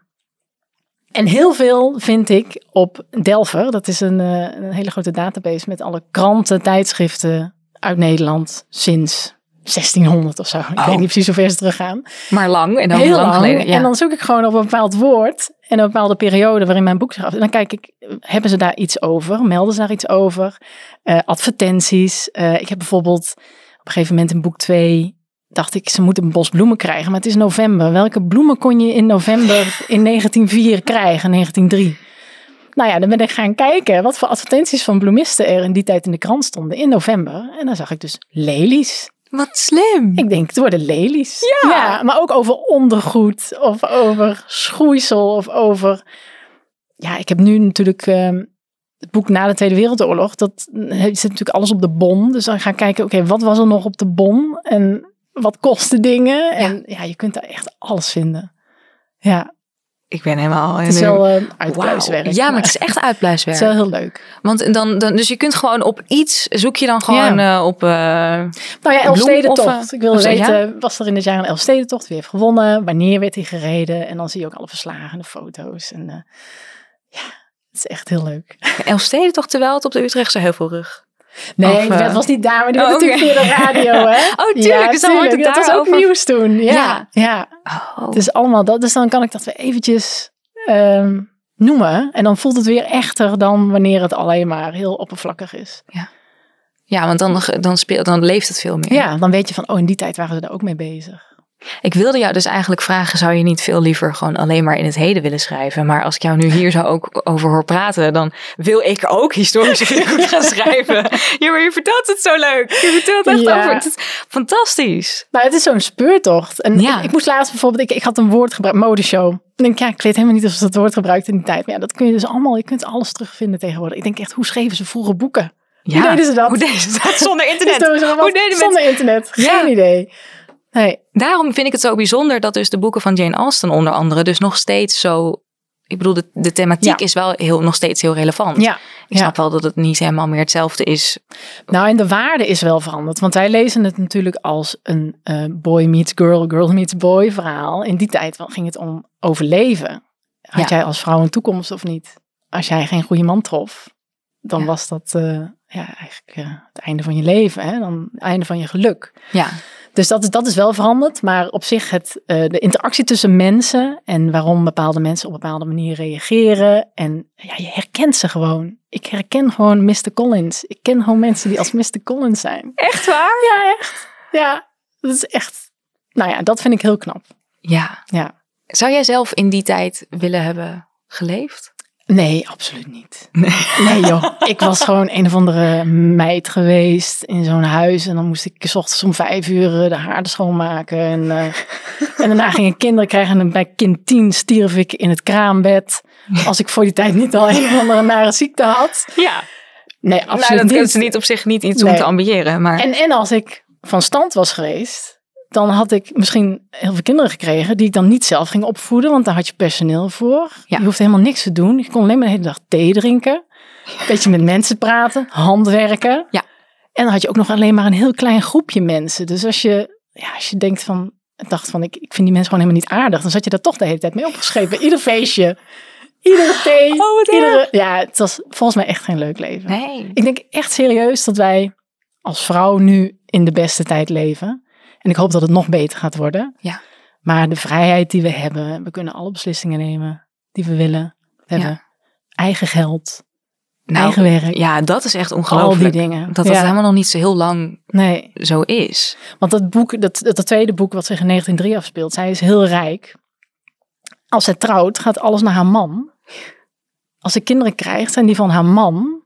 [SPEAKER 1] En heel veel vind ik op Delver. Dat is een, eh, een hele grote database met alle kranten, tijdschriften uit Nederland sinds 1600 of zo. Ik weet niet precies hoe ver ze teruggaan.
[SPEAKER 3] Maar lang en dan
[SPEAKER 1] Heel
[SPEAKER 3] lang, geleden. Ja.
[SPEAKER 1] En dan zoek ik gewoon op een bepaald woord en een bepaalde periode waarin mijn boek zich af. En dan kijk ik, hebben ze daar iets over? Melden ze daar iets over? Eh, advertenties. Eh, ik heb bijvoorbeeld op een gegeven moment in boek 2 dacht ik, ze moeten een bos bloemen krijgen. Maar het is november. Welke bloemen kon je in november in 1904 krijgen, 1903? Nou ja, dan ben ik gaan kijken wat voor advertenties van bloemisten er in die tijd in de krant stonden in november. En dan zag ik dus lelies.
[SPEAKER 3] Wat slim.
[SPEAKER 1] Ik denk, het worden lelies. Ja. maar ook over ondergoed of over schoeisel of over... Ja, ik heb nu natuurlijk ehm, het boek na de Tweede Wereldoorlog. Dat eh, zit natuurlijk alles op de bon. Dus dan ga ik kijken, oké, wat was er nog op de bon? En wat kosten dingen? En ja, je kunt daar echt alles vinden. Ja,
[SPEAKER 3] Ik ben helemaal...
[SPEAKER 1] het is wel eh, uitpluiswerk.
[SPEAKER 3] Ja, maar het is echt
[SPEAKER 1] het is
[SPEAKER 3] uitbluiswerk.
[SPEAKER 1] wel heel leuk.
[SPEAKER 3] Want dan, dan, dus je kunt gewoon op iets, zoek je dan gewoon eh, op... eh,
[SPEAKER 1] Nou ja,
[SPEAKER 3] Bloem
[SPEAKER 1] Elfstedentocht.
[SPEAKER 3] of, eh,
[SPEAKER 1] Ik wilde
[SPEAKER 3] of zo, ja.
[SPEAKER 1] weten, was er in dit jaar een Elfstedentocht? Wie heeft gewonnen? Wanneer werd hij gereden? En dan zie je ook alle verslagen en de foto's. En eh, ja, het is echt heel leuk.
[SPEAKER 3] Elfstede toch terwijl het op de Utrechtse Heuvelrug.
[SPEAKER 1] Nee,
[SPEAKER 3] Of,
[SPEAKER 1] ik ben-
[SPEAKER 3] eh,
[SPEAKER 1] was niet daar, maar die
[SPEAKER 3] oh,
[SPEAKER 1] werd
[SPEAKER 3] oké.
[SPEAKER 1] natuurlijk via de radio, hè?
[SPEAKER 3] Oh, tuurlijk, dus dan wordt het
[SPEAKER 1] Dat was ook
[SPEAKER 3] daarover.
[SPEAKER 1] nieuws toen. Ja,
[SPEAKER 3] Ja.
[SPEAKER 1] ja.
[SPEAKER 3] Oh.
[SPEAKER 1] het is allemaal dat. Dus dan kan ik dat weer eventjes ehm, noemen. En dan voelt het weer echter dan wanneer het alleen maar heel oppervlakkig is.
[SPEAKER 3] Ja, want dan, dan, speelt, dan leeft het veel meer.
[SPEAKER 1] Ja, dan weet je van, oh, in die tijd waren ze daar ook mee bezig.
[SPEAKER 3] Ik wilde jou dus eigenlijk vragen, zou je niet veel liever gewoon alleen maar in het heden willen schrijven? Maar als ik jou nu hier zo ook over hoor praten, dan wil ik ook historische figuren gaan schrijven. Ja, maar je vertelt het zo leuk. Je vertelt echt
[SPEAKER 1] Ja.
[SPEAKER 3] over. Het is fantastisch.
[SPEAKER 1] Nou, het is zo'n speurtocht. En
[SPEAKER 3] Ja.
[SPEAKER 1] ik, ik moest laatst bijvoorbeeld, ik, ik had een woord gebruikt, modeshow. En ik denk, ja, ik weet helemaal niet of ze dat woord gebruikten in die tijd. Maar ja, dat kun je dus allemaal, je kunt alles terugvinden tegenwoordig. Ik denk echt, hoe schreven ze vroeger boeken?
[SPEAKER 3] Ja.
[SPEAKER 1] deden ze dat?
[SPEAKER 3] Hoe deden ze dat zonder internet?
[SPEAKER 1] Historische roman
[SPEAKER 3] Hoe deden mensen
[SPEAKER 1] zonder internet. Geen
[SPEAKER 3] Ja.
[SPEAKER 1] idee. Nee,
[SPEAKER 3] daarom vind ik het zo bijzonder dat dus de boeken van Jane Austen onder andere dus nog steeds zo... Ik bedoel, de, de thematiek
[SPEAKER 1] Ja.
[SPEAKER 3] is wel heel, nog steeds heel relevant.
[SPEAKER 1] ja.
[SPEAKER 3] Ik snap wel dat het niet helemaal meer hetzelfde is.
[SPEAKER 1] Nou, en de waarde is wel veranderd. Want wij lezen het natuurlijk als een eh, boy meets girl, girl meets boy verhaal. In die tijd wel- ging het om overleven. Had
[SPEAKER 3] Ja.
[SPEAKER 1] jij als vrouw een toekomst of niet? Als jij geen goede man trof, dan
[SPEAKER 3] Ja.
[SPEAKER 1] was dat eh, ja, eigenlijk eh, het einde van je leven. Hè? Dan het einde van je geluk.
[SPEAKER 3] Ja,
[SPEAKER 1] Dus dat is, dat is wel veranderd, maar op zich het, eh, de interactie tussen mensen en waarom bepaalde mensen op bepaalde manier reageren. En ja, je herkent ze gewoon. Ik herken gewoon Mr. Collins. Ik ken gewoon mensen die als Mr. Collins zijn.
[SPEAKER 3] echt waar?
[SPEAKER 1] Ja, echt. Ja, dat is echt. Nou ja, dat vind ik heel knap.
[SPEAKER 3] Ja.
[SPEAKER 1] Ja.
[SPEAKER 3] Zou jij zelf in die tijd willen hebben geleefd?
[SPEAKER 1] Nee, absoluut niet. Nee. joh. Ik was gewoon een of andere meid geweest in zo'n huis. En dan moest ik s ochtends om vijf uur eh, de haarden schoonmaken. En, eh, en daarna ging ik kinderen krijgen. En bij kind tien stierf ik in het kraambed. Als ik voor die tijd niet al een of andere nare ziekte had.
[SPEAKER 3] Ja,
[SPEAKER 1] Nee,
[SPEAKER 3] nou,
[SPEAKER 1] absoluut
[SPEAKER 3] dat kunnen
[SPEAKER 1] niet.
[SPEAKER 3] ze niet op zich niet iets om
[SPEAKER 1] Nee.
[SPEAKER 3] te ambiëren. Maar
[SPEAKER 1] En, en als ik van stand was geweest, dan had ik misschien heel veel kinderen gekregen die ik dan niet zelf ging opvoeden, want daar had je personeel voor.
[SPEAKER 3] Ja.
[SPEAKER 1] Je hoeft helemaal niks te doen. Je kon alleen maar de hele dag thee drinken, een beetje met mensen praten, handwerken.
[SPEAKER 3] Ja.
[SPEAKER 1] En dan had je ook nog alleen maar een heel klein groepje mensen. Dus als je, ja, als je denkt van, dacht van, ik, ik vind die mensen gewoon helemaal niet aardig, dan zat je daar toch de hele tijd mee opgeschreven. bij Ieder feestje, iedere thee,
[SPEAKER 3] Oh, wat
[SPEAKER 1] iedere. Ja, het was volgens mij echt geen leuk leven.
[SPEAKER 3] nee.
[SPEAKER 1] Ik denk echt serieus dat wij als vrouw nu in de beste tijd leven. En ik hoop dat het nog beter gaat worden.
[SPEAKER 3] Ja.
[SPEAKER 1] Maar de vrijheid die we hebben, we kunnen alle beslissingen nemen die we willen. We hebben eigen geld,
[SPEAKER 3] Nou,
[SPEAKER 1] eigen werk,
[SPEAKER 3] ja, dat is echt
[SPEAKER 1] al die
[SPEAKER 3] ongelooflijk.
[SPEAKER 1] dingen.
[SPEAKER 3] Dat dat
[SPEAKER 1] Ja.
[SPEAKER 3] helemaal nog niet zo heel lang
[SPEAKER 1] Nee,
[SPEAKER 3] zo is.
[SPEAKER 1] want dat boek, dat, dat, dat tweede boek wat zich in 1903 afspeelt, zij is heel rijk. Als zij trouwt, gaat alles naar haar man. Als ze kinderen krijgt, zijn die van haar man.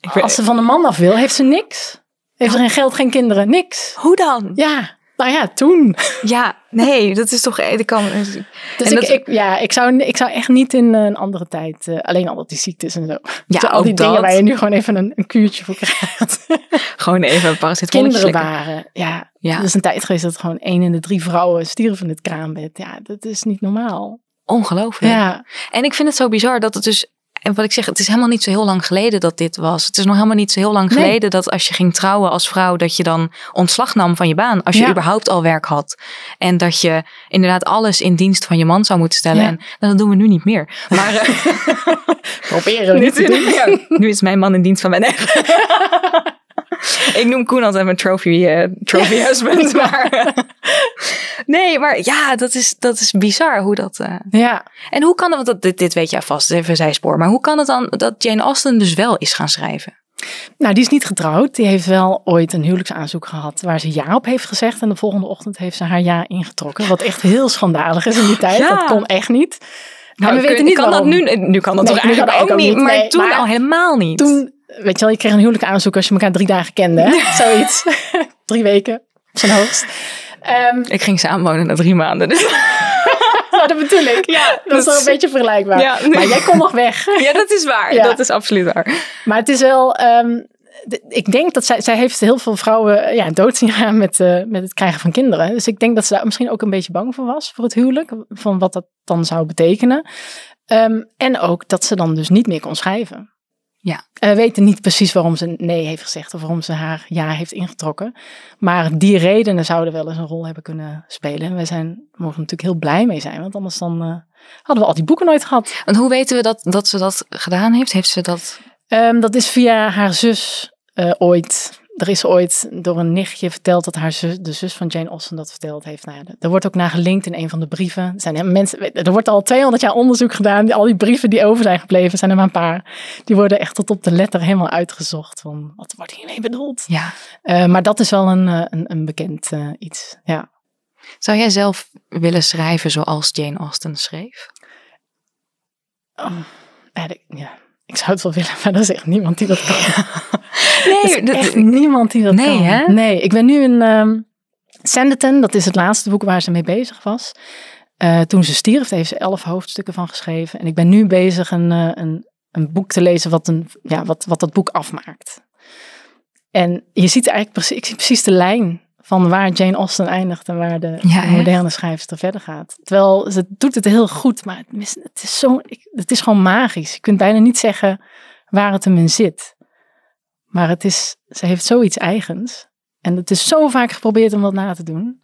[SPEAKER 3] Ik weet-
[SPEAKER 1] Als ze van de man af wil, heeft ze niks. Heeft ze geen geld, geen kinderen, niks.
[SPEAKER 3] Hoe dan?
[SPEAKER 1] Ja, nou ja, toen.
[SPEAKER 3] Ja, nee, dat is toch... Dat kan,
[SPEAKER 1] Dus
[SPEAKER 3] En
[SPEAKER 1] ik,
[SPEAKER 3] dat-
[SPEAKER 1] ik, ja, ik, zou, ik zou echt niet in eh, een andere tijd, eh, alleen al dat die ziektes en zo.
[SPEAKER 3] ja,
[SPEAKER 1] Zo al
[SPEAKER 3] ook
[SPEAKER 1] die dingen
[SPEAKER 3] dat.
[SPEAKER 1] waar je nu gewoon even een, een kuurtje voor krijgt.
[SPEAKER 3] Gewoon even een paracetamol
[SPEAKER 1] Kinderen
[SPEAKER 3] slikken.
[SPEAKER 1] waren, ja.
[SPEAKER 3] Ja,
[SPEAKER 1] Er is een tijd geweest dat gewoon één in de drie vrouwen stierven in het kraambed. Ja, dat is niet normaal.
[SPEAKER 3] ongelooflijk.
[SPEAKER 1] Ja,
[SPEAKER 3] En ik vind het zo bizar dat het dus. En wat ik zeg, het is helemaal niet zo heel lang geleden dat dit was. Het is nog helemaal niet zo heel lang
[SPEAKER 1] Nee.
[SPEAKER 3] geleden dat als je ging trouwen als vrouw, dat je dan ontslag nam van je baan. Als je
[SPEAKER 1] Ja.
[SPEAKER 3] überhaupt al werk had. En dat je inderdaad alles in dienst van je man zou moeten stellen.
[SPEAKER 1] Ja.
[SPEAKER 3] En nou, dat doen we nu niet meer. Maar eh,
[SPEAKER 1] proberen we niet te doen.
[SPEAKER 3] Ja, nu is mijn man in dienst van mijn. Nee. Ik noem Koen altijd mijn trophy, eh, trophy husband. Maar, nee, maar ja, dat is, dat is bizar hoe dat... eh,
[SPEAKER 1] Ja,
[SPEAKER 3] en hoe kan het, want dat, dit, dit weet jij vast, het is even zijspoor. Maar hoe kan het dan dat Jane Austen dus wel is gaan schrijven?
[SPEAKER 1] nou die is niet getrouwd. Die heeft wel ooit een huwelijksaanzoek gehad waar ze ja op heeft gezegd. En de volgende ochtend heeft ze haar ja ingetrokken. Wat echt heel schandalig is in die tijd.
[SPEAKER 3] Ja.
[SPEAKER 1] Dat kon echt niet.
[SPEAKER 3] Nou,
[SPEAKER 1] en we weten
[SPEAKER 3] kun-
[SPEAKER 1] niet
[SPEAKER 3] kan
[SPEAKER 1] waarom.
[SPEAKER 3] dat nu. Nu kan dat
[SPEAKER 1] Nee,
[SPEAKER 3] toch
[SPEAKER 1] nu kan
[SPEAKER 3] eigenlijk ook, niet. Maar
[SPEAKER 1] nee,
[SPEAKER 3] toen
[SPEAKER 1] maar
[SPEAKER 3] al helemaal niet.
[SPEAKER 1] Toen, weet je wel, je kreeg een huwelijk aanzoek als je elkaar drie dagen kende. hè? Zoiets. drie weken, op zijn hoogst. Ehm,
[SPEAKER 3] Ik ging samenwonen na drie maanden. Dus,
[SPEAKER 1] nou, dat bedoel ik.
[SPEAKER 3] ja,
[SPEAKER 1] Dat is wel een beetje vergelijkbaar.
[SPEAKER 3] Ja, nee.
[SPEAKER 1] Maar jij kon nog weg.
[SPEAKER 3] Ja, dat is waar.
[SPEAKER 1] Ja.
[SPEAKER 3] Dat is absoluut waar.
[SPEAKER 1] Maar het is wel. ehm, d- ik denk dat zij, zij heeft heel veel vrouwen eh, ja, dood zien gaan met, eh, met het krijgen van kinderen. Dus ik denk dat ze daar misschien ook een beetje bang voor was voor het huwelijk. Van wat dat dan zou betekenen. Ehm, en ook dat ze dan dus niet meer kon schrijven.
[SPEAKER 3] Ja.
[SPEAKER 1] En we weten niet precies waarom ze nee heeft gezegd of waarom ze haar ja heeft ingetrokken. Maar die redenen zouden wel eens een rol hebben kunnen spelen. En we zijn, mogen er natuurlijk heel blij mee zijn, want anders dan eh, hadden we al die boeken nooit gehad.
[SPEAKER 3] Want hoe weten we dat, dat ze dat gedaan heeft? Heeft ze dat...
[SPEAKER 1] Ehm, dat is via haar zus eh, ooit. Er is ooit door een nichtje verteld dat haar zus, de zus van Jane Austen dat verteld heeft. Nou, ja, er wordt ook naar gelinkt in een van de brieven. Er, zijn helemaal mensen, er wordt al 200 jaar onderzoek gedaan. Al die brieven die over zijn gebleven, zijn er maar een paar. Die worden echt tot op de letter helemaal uitgezocht. Van, wat wordt hiermee bedoeld?
[SPEAKER 3] Ja.
[SPEAKER 1] Eh, maar dat is wel een, eh, een, een bekend eh, iets. Ja.
[SPEAKER 3] Zou jij zelf willen schrijven zoals Jane Austen schreef?
[SPEAKER 1] Oh, ja, dat- ja. Ik zou het wel willen, maar er is echt niemand die dat kan.
[SPEAKER 3] Nee,
[SPEAKER 1] Er is echt niemand die dat
[SPEAKER 3] Nee,
[SPEAKER 1] kan.
[SPEAKER 3] hè?
[SPEAKER 1] Nee, ik ben nu in ehm Sanditon. Dat is het laatste boek waar ze mee bezig was. Eh, toen ze stierf, heeft ze elf hoofdstukken van geschreven. En ik ben nu bezig een, eh, een, een boek te lezen wat, een, ja, wat, wat dat boek afmaakt. En je ziet eigenlijk precies, ik zie precies de lijn van waar Jane Austen eindigt en waar de,
[SPEAKER 3] Ja,
[SPEAKER 1] de
[SPEAKER 3] hè?
[SPEAKER 1] moderne schrijfster verder gaat. Terwijl ze doet het heel goed, maar het, mis- het, is, zo, ik- het is gewoon magisch. Je kunt bijna niet zeggen waar het hem in zit. Maar het is, ze heeft zoiets eigens. En het is zo vaak geprobeerd om dat na te doen.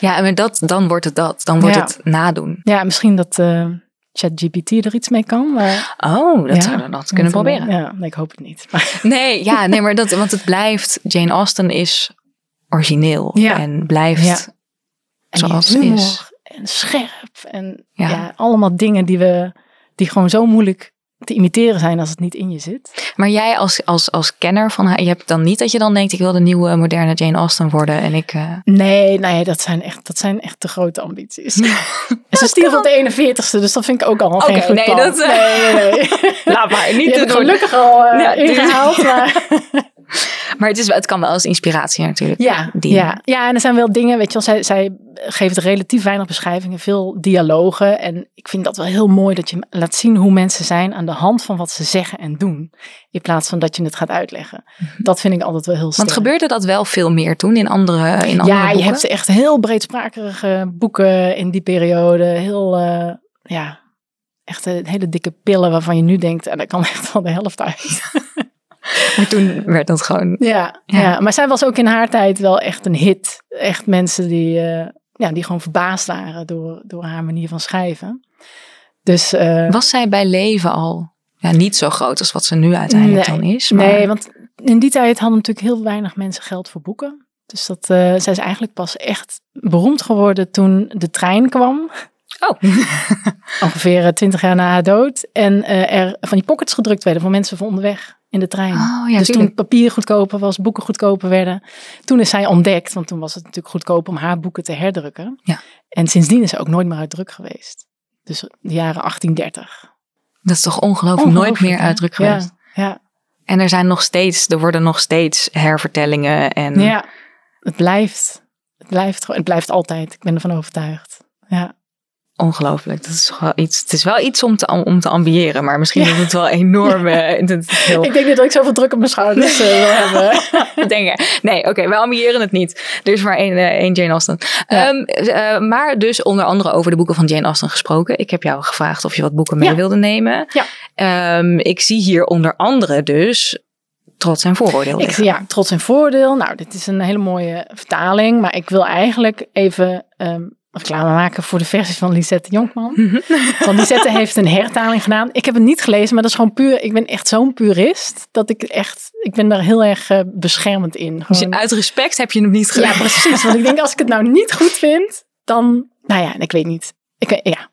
[SPEAKER 3] Ja, maar dat, dan wordt het dat. Dan wordt
[SPEAKER 1] Ja.
[SPEAKER 3] het nadoen.
[SPEAKER 1] Ja, misschien dat eh, ChatGPT er iets mee kan. Maar
[SPEAKER 3] Oh, dat
[SPEAKER 1] Ja.
[SPEAKER 3] zouden we dat kunnen
[SPEAKER 1] Want, eh,
[SPEAKER 3] proberen.
[SPEAKER 1] Ja, nee, ik hoop het niet. Maar,
[SPEAKER 3] Nee, ja, nee, maar dat, want het blijft. Jane Austen is origineel
[SPEAKER 1] Ja.
[SPEAKER 3] en blijft.
[SPEAKER 1] Ja. en die
[SPEAKER 3] Zoals het
[SPEAKER 1] humor
[SPEAKER 3] is.
[SPEAKER 1] En scherp. En
[SPEAKER 3] Ja.
[SPEAKER 1] ja. allemaal dingen die, we, die gewoon zo moeilijk te imiteren zijn als het niet in je zit.
[SPEAKER 3] Maar jij als, als, als kenner van haar, je hebt dan niet dat je dan denkt: ik wil de nieuwe moderne Jane Austen worden. En ik. eh,
[SPEAKER 1] Nee, nee Nou dat, zijn echt, dat zijn echt te grote ambities. En ze stierf op de 41ste, dus dat vind ik ook al geen
[SPEAKER 3] Oké,
[SPEAKER 1] goed
[SPEAKER 3] nee,
[SPEAKER 1] plan.
[SPEAKER 3] dat, eh,
[SPEAKER 1] nee, nee, nee.
[SPEAKER 3] Laat maar,
[SPEAKER 1] Die
[SPEAKER 3] te
[SPEAKER 1] heb ik
[SPEAKER 3] doen.
[SPEAKER 1] gelukkig al eh,
[SPEAKER 3] Ja, die-
[SPEAKER 1] ingehaald, maar...
[SPEAKER 3] Maar het, is, wel- het kan wel als inspiratie natuurlijk.
[SPEAKER 1] Ja,
[SPEAKER 3] dienen.
[SPEAKER 1] ja. ja, en er zijn wel dingen, weet je wel, zij, zij geeft relatief weinig beschrijvingen, veel dialogen. En ik vind dat wel heel mooi dat je laat zien hoe mensen zijn aan de hand van wat ze zeggen en doen. In plaats van dat je het gaat uitleggen. Dat vind ik altijd wel heel sterk.
[SPEAKER 3] Mhm. Want gebeurde dat wel veel meer toen in andere, in andere
[SPEAKER 1] ja, je
[SPEAKER 3] boeken?
[SPEAKER 1] hebt echt heel breedsprakerige boeken in die periode. Heel, eh, ja, echt eh, hele dikke pillen waarvan je nu denkt, en daar kan echt wel de helft uit.
[SPEAKER 3] Maar toen werd dat gewoon...
[SPEAKER 1] Ja,
[SPEAKER 3] Ja.
[SPEAKER 1] ja. maar zij was ook in haar tijd wel echt een hit. Echt mensen die, eh, ja, die gewoon verbaasd waren door, door haar manier van schrijven. Dus eh,
[SPEAKER 3] Was zij bij leven al ja, niet zo groot als wat ze nu uiteindelijk
[SPEAKER 1] Nee.
[SPEAKER 3] dan is? Maar,
[SPEAKER 1] nee, want in die tijd hadden natuurlijk heel weinig mensen geld voor boeken. Dus dat, eh, zij is eigenlijk pas echt beroemd geworden toen de trein kwam.
[SPEAKER 3] Oh,
[SPEAKER 1] Ongeveer eh, twintig jaar na haar dood. En eh, er van die pockets gedrukt werden voor mensen van onderweg in de trein.
[SPEAKER 3] oh ja,
[SPEAKER 1] dus
[SPEAKER 3] tuurlijk.
[SPEAKER 1] toen papier goedkoper was, boeken goedkoper werden. Toen is zij ontdekt, want toen was het natuurlijk goedkoop om haar boeken te herdrukken.
[SPEAKER 3] Ja.
[SPEAKER 1] En sindsdien is ze ook nooit meer uit druk geweest. Dus de jaren 1830.
[SPEAKER 3] Dat is toch ongelooflijk, nooit meer
[SPEAKER 1] Ongelooflijk, hè?
[SPEAKER 3] uitdruk geweest.
[SPEAKER 1] Ja, ja.
[SPEAKER 3] En er zijn nog steeds, er worden nog steeds hervertellingen en...
[SPEAKER 1] Nou ja. Het blijft. Het blijft, gewoon- het blijft altijd. Ik ben ervan overtuigd. Ja.
[SPEAKER 3] Ongelooflijk. Dat is toch wel iets, het is wel iets om te, om te ambiëren, maar misschien is het wel enorm. eh, dat is heel
[SPEAKER 1] Ik denk niet dat ik zoveel druk op mijn schouders eh, wil hebben.
[SPEAKER 3] denken. Nee, oké, we ambiëren het niet. Er is maar één, eh, één Jane Austen.
[SPEAKER 1] Ja.
[SPEAKER 3] Ehm, eh, maar dus onder andere over de boeken van Jane Austen gesproken. Ik heb jou gevraagd of je wat boeken mee
[SPEAKER 1] Ja.
[SPEAKER 3] wilde nemen.
[SPEAKER 1] Ja.
[SPEAKER 3] Ehm, ik zie hier onder andere dus Trots en Vooroordeel
[SPEAKER 1] Ik,
[SPEAKER 3] liggen.
[SPEAKER 1] ja, trots en voordeel. Nou, dit is een hele mooie vertaling. Maar ik wil eigenlijk even, ehm, reclame maken voor de versies van Lisette
[SPEAKER 3] Mhm.
[SPEAKER 1] Jonkman. Want Lisette heeft een hertaling gedaan. Ik heb het niet gelezen, maar dat is gewoon puur. Ik ben echt zo'n purist dat ik echt. Ik ben daar heel erg eh, beschermend in.
[SPEAKER 3] Dus
[SPEAKER 1] Gewoon-
[SPEAKER 3] uit respect heb je hem niet gedaan.
[SPEAKER 1] ja, precies. Want ik denk, als ik het nou niet goed vind, dan. Nou ja, ik weet niet. Ik weet, ja.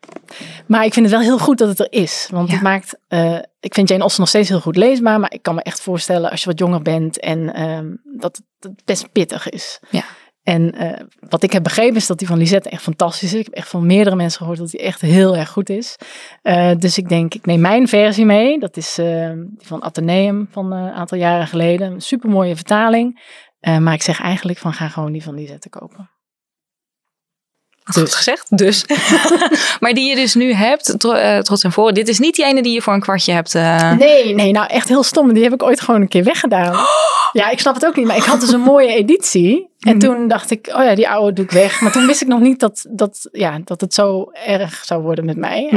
[SPEAKER 1] Maar ik vind het wel heel goed dat het er is. Want
[SPEAKER 3] Ja.
[SPEAKER 1] het maakt. eh, ik vind Jane Austen nog steeds heel goed leesbaar. Maar ik kan me echt voorstellen als je wat jonger bent en ehm, dat het best pittig is.
[SPEAKER 3] Ja.
[SPEAKER 1] En eh, wat ik heb begrepen is dat die van Lisette echt fantastisch is. Ik heb echt van meerdere mensen gehoord dat die echt heel erg goed is. Eh, dus ik denk, ik neem mijn versie mee. Dat is eh, die van Atheneum van eh, een aantal jaren geleden. Een supermooie vertaling. Eh, maar ik zeg eigenlijk van ga gewoon die van Lisette kopen.
[SPEAKER 3] Had goed gezegd, dus. maar die je dus nu hebt, tro- eh, trots en voor. Dit is niet die ene die je voor een kwartje hebt. eh.
[SPEAKER 1] Nee, nee, nou echt heel stom. Die heb ik ooit gewoon een keer weggedaan. Ja, ik snap het ook niet. Maar ik had dus een mooie editie. En
[SPEAKER 3] Mhm.
[SPEAKER 1] toen dacht ik, oh ja, die oude doe ik weg. Maar toen wist ik nog niet dat, dat, ja, dat het zo erg zou worden met mij.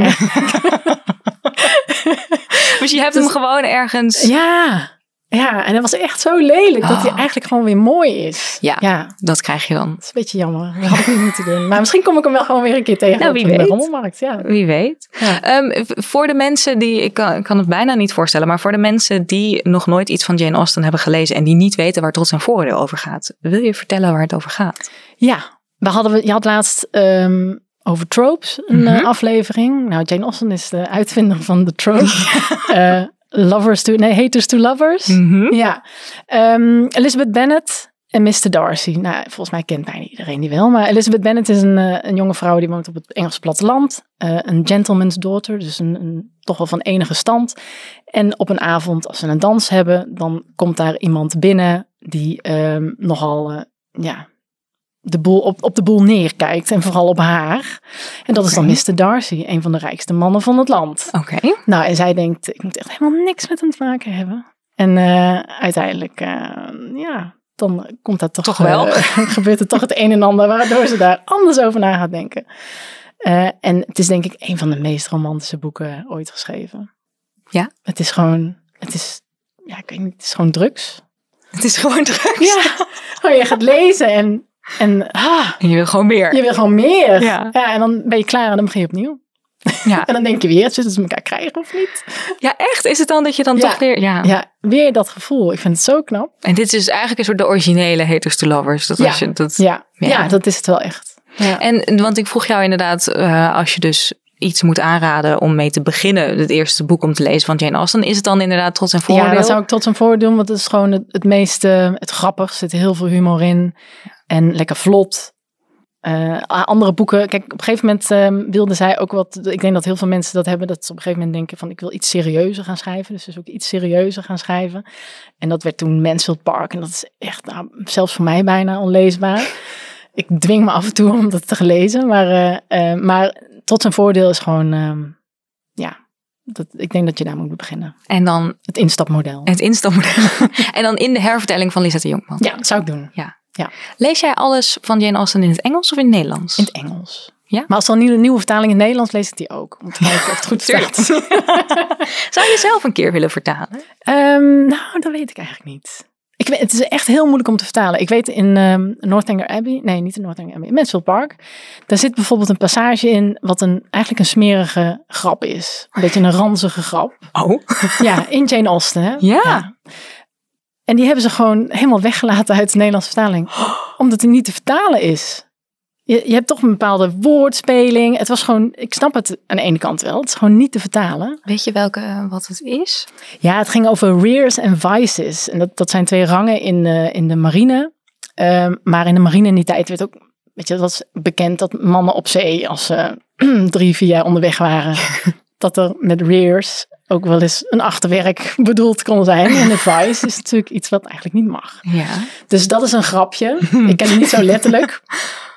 [SPEAKER 3] Dus je hebt hem gewoon ergens.
[SPEAKER 1] Ja, ja. En dat was echt zo lelijk dat die
[SPEAKER 3] Oh.
[SPEAKER 1] eigenlijk gewoon weer mooi is.
[SPEAKER 3] Ja.
[SPEAKER 1] ja dat
[SPEAKER 3] Dat krijg je dan.
[SPEAKER 1] is een beetje jammer. Dat had ik niet moeten doen. Maar misschien kom ik hem wel gewoon weer een keer tegen
[SPEAKER 3] Nou,
[SPEAKER 1] op
[SPEAKER 3] wie
[SPEAKER 1] in de
[SPEAKER 3] weet.
[SPEAKER 1] rommelmarkt. Ja.
[SPEAKER 3] Wie weet.
[SPEAKER 1] Ja.
[SPEAKER 3] Ehm, v- voor de mensen die, ik kan, ik kan het bijna niet voorstellen, maar voor de mensen die nog nooit iets van Jane Austen hebben gelezen en die niet weten waar trots en vooroordeel over gaat, wil je vertellen waar het over gaat?
[SPEAKER 1] Ja, we hadden, we- je had laatst ehm, over tropes een eh,
[SPEAKER 3] Mhm.
[SPEAKER 1] aflevering. Nou, Jane Austen is de uitvinder van de trope. Eh, lovers to, nee, haters to lovers. Ja. Ehm, Elizabeth Bennet en Mr. Darcy. Nou, volgens mij kent bijna iedereen die wel. Maar Elizabeth Bennet is een, eh, een jonge vrouw die woont op het Engelse platteland. Eh, een gentleman's daughter, dus een, een, toch wel van enige stand. En op een avond, als ze een dans hebben, dan komt daar iemand binnen die ehm, nogal eh, ja, de boel op, op de boel neerkijkt. En vooral op haar. En dat is dan Mr. Darcy, een van de rijkste mannen van het land.
[SPEAKER 3] Oké.
[SPEAKER 1] Nou, en zij denkt, ik moet echt helemaal niks met hem te maken hebben. En eh, uiteindelijk, eh, ja, dan komt dat toch...
[SPEAKER 3] Toch wel.
[SPEAKER 1] eh, gebeurt er toch het een en ander, waardoor ze daar anders over na gaat denken. Eh, en het is denk ik een van de meest romantische boeken ooit geschreven.
[SPEAKER 3] Ja?
[SPEAKER 1] Het is gewoon, het is, ja, ik weet niet, het is gewoon drugs.
[SPEAKER 3] Het is gewoon drugs.
[SPEAKER 1] Ja, oh, je gaat lezen en, en ah,
[SPEAKER 3] En je wil gewoon meer.
[SPEAKER 1] je wil gewoon meer.
[SPEAKER 3] Ja.
[SPEAKER 1] ja, en dan ben je klaar en dan begin je opnieuw.
[SPEAKER 3] Ja.
[SPEAKER 1] En dan denk je weer, zullen ze elkaar krijgen of niet?
[SPEAKER 3] Ja, echt? Is het dan dat je dan
[SPEAKER 1] Ja.
[SPEAKER 3] toch weer... Ja.
[SPEAKER 1] Ja, weer dat gevoel. Ik vind het zo knap.
[SPEAKER 3] En dit is dus eigenlijk een soort de originele haters to lovers. Dat
[SPEAKER 1] Ja.
[SPEAKER 3] als je, dat...
[SPEAKER 1] Ja,
[SPEAKER 3] Ja.
[SPEAKER 1] ja. dat is het wel echt. Ja.
[SPEAKER 3] En want ik vroeg jou inderdaad, eh, als je dus iets moet aanraden om mee te beginnen, het eerste boek om te lezen van Jane Austen, is het dan inderdaad trots en vooroordeel?
[SPEAKER 1] ja, dat zou ik tot zijn voordeel doen, want het is gewoon het, het meeste, het grappig, zit heel veel humor in en lekker vlot. Eh, a- andere boeken, kijk, op een gegeven moment ehm, wilde zij ook wat, ik denk dat heel veel mensen dat hebben, dat ze op een gegeven moment denken van ik wil iets serieuzer gaan schrijven, dus dus ook iets serieuzer gaan schrijven. En dat werd toen Mansfield Park en dat is echt, nou, zelfs voor mij bijna onleesbaar. Ik dwing me af en toe om dat te lezen, maar, eh, eh, maar tot zijn voordeel is gewoon, ehm, ja, dat, ik denk dat je daar moet beginnen.
[SPEAKER 3] En dan
[SPEAKER 1] Het instapmodel.
[SPEAKER 3] Het instapmodel. en dan in de hervertelling van Lisette Jonkman.
[SPEAKER 1] Ja, dat zou ik doen.
[SPEAKER 3] Lees jij alles van Jane Austen in het Engels of in het Nederlands?
[SPEAKER 1] In het Engels.
[SPEAKER 3] Ja?
[SPEAKER 1] Maar als er dan nieuwe, nieuwe vertaling in het Nederlands, lees ik die ook. Om te kijken of het goed staat.
[SPEAKER 3] Zou je zelf een keer willen vertalen?
[SPEAKER 1] Ehm, nou, dat weet ik eigenlijk niet. Ik weet, het is echt heel moeilijk om te vertalen. Ik weet in ehm Northanger Abbey, nee, niet in Northanger Abbey, in Mansfield Park, daar zit bijvoorbeeld een passage in wat een, eigenlijk een smerige grap is. Een beetje een ranzige grap.
[SPEAKER 3] Oh.
[SPEAKER 1] Oh Ja, in Jane Austen, hè?
[SPEAKER 3] Ja.
[SPEAKER 1] En die hebben ze gewoon helemaal weggelaten uit de Nederlandse vertaling. Omdat die niet te vertalen is. Je, je hebt toch een bepaalde woordspeling. Het was gewoon, ik snap het aan de ene kant wel. Het is gewoon niet te vertalen.
[SPEAKER 3] Weet je welke, eh, wat het is?
[SPEAKER 1] Ja, het ging over rears en vices. En dat, dat zijn twee rangen in, eh, in de marine. Ehm, maar in de marine in die tijd werd ook, weet je, dat was bekend dat mannen op zee, als ze drie, vier jaar onderweg waren, dat er met rears ook wel eens een achterwerk bedoeld kon zijn. En een vice is natuurlijk iets wat eigenlijk niet mag.
[SPEAKER 3] Ja.
[SPEAKER 1] Dus dat is een grapje. Ik ken het niet zo letterlijk.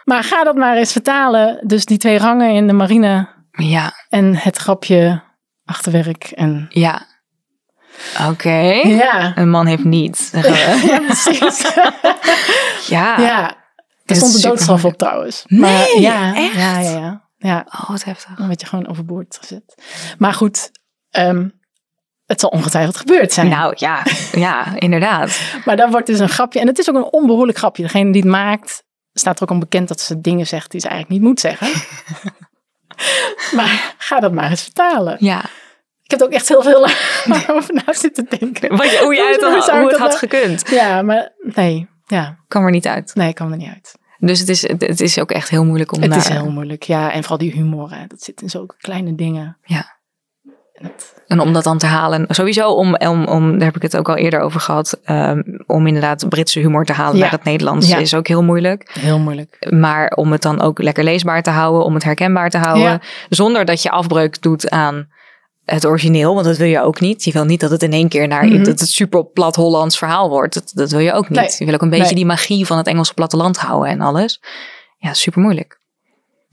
[SPEAKER 1] Maar ga dat maar eens vertalen. Dus die twee rangen in de marine
[SPEAKER 3] Ja.
[SPEAKER 1] en het grapje achterwerk. En...
[SPEAKER 3] Ja. Oké.
[SPEAKER 1] Ja,
[SPEAKER 3] Een man heeft niet.
[SPEAKER 1] ja precies.
[SPEAKER 3] ja.
[SPEAKER 1] Ja,
[SPEAKER 3] is
[SPEAKER 1] er stond een
[SPEAKER 3] super
[SPEAKER 1] doodstraf op
[SPEAKER 3] moeilijk.
[SPEAKER 1] trouwens.
[SPEAKER 3] Nee,
[SPEAKER 1] ja,
[SPEAKER 3] echt?
[SPEAKER 1] Ja, ja, ja. ja,
[SPEAKER 3] Oh, wat heftig.
[SPEAKER 1] dan werd je gewoon overboord gezet. Maar goed, ehm, het zal ongetwijfeld gebeurd zijn.
[SPEAKER 3] Nou ja, ja, inderdaad.
[SPEAKER 1] Maar daar wordt dus een grapje. En het is ook een onbehoorlijk grapje. Degene die het maakt, staat er ook onbekend dat ze dingen zegt die ze eigenlijk niet moet zeggen. maar ga dat maar eens vertalen.
[SPEAKER 3] Ja.
[SPEAKER 1] Ik heb er ook echt heel veel over na zitten denken.
[SPEAKER 3] Wat, hoe je
[SPEAKER 1] Hoe
[SPEAKER 3] uit
[SPEAKER 1] zou ik
[SPEAKER 3] had, hoe
[SPEAKER 1] dat
[SPEAKER 3] het had
[SPEAKER 1] nou-
[SPEAKER 3] gekund.
[SPEAKER 1] Ja, maar nee. Ja,
[SPEAKER 3] Kwam er niet uit.
[SPEAKER 1] nee, ik kwam er niet uit.
[SPEAKER 3] Dus het is, het, het is ook echt heel moeilijk om
[SPEAKER 1] Het is
[SPEAKER 3] daar
[SPEAKER 1] heel moeilijk. Ja, en vooral die humor. Hè. Dat zit in zulke kleine dingen.
[SPEAKER 3] Ja.
[SPEAKER 1] En dat-
[SPEAKER 3] En om dat dan te halen, sowieso om, om, om daar heb ik het ook al eerder over gehad, ehm, om inderdaad Britse humor te halen
[SPEAKER 1] Ja.
[SPEAKER 3] naar het Nederlands
[SPEAKER 1] Ja.
[SPEAKER 3] is ook heel moeilijk.
[SPEAKER 1] heel moeilijk.
[SPEAKER 3] Maar om het dan ook lekker leesbaar te houden, om het herkenbaar te houden,
[SPEAKER 1] Ja.
[SPEAKER 3] zonder dat je afbreuk doet aan het origineel, want dat wil je ook niet. Je wil niet dat het in één keer naar
[SPEAKER 1] Mhm.
[SPEAKER 3] dat het super plat Hollands verhaal wordt. Dat, dat wil je ook niet.
[SPEAKER 1] Nee.
[SPEAKER 3] Je wil ook een beetje
[SPEAKER 1] Nee.
[SPEAKER 3] die magie van het Engelse platteland houden en alles. Ja, super moeilijk.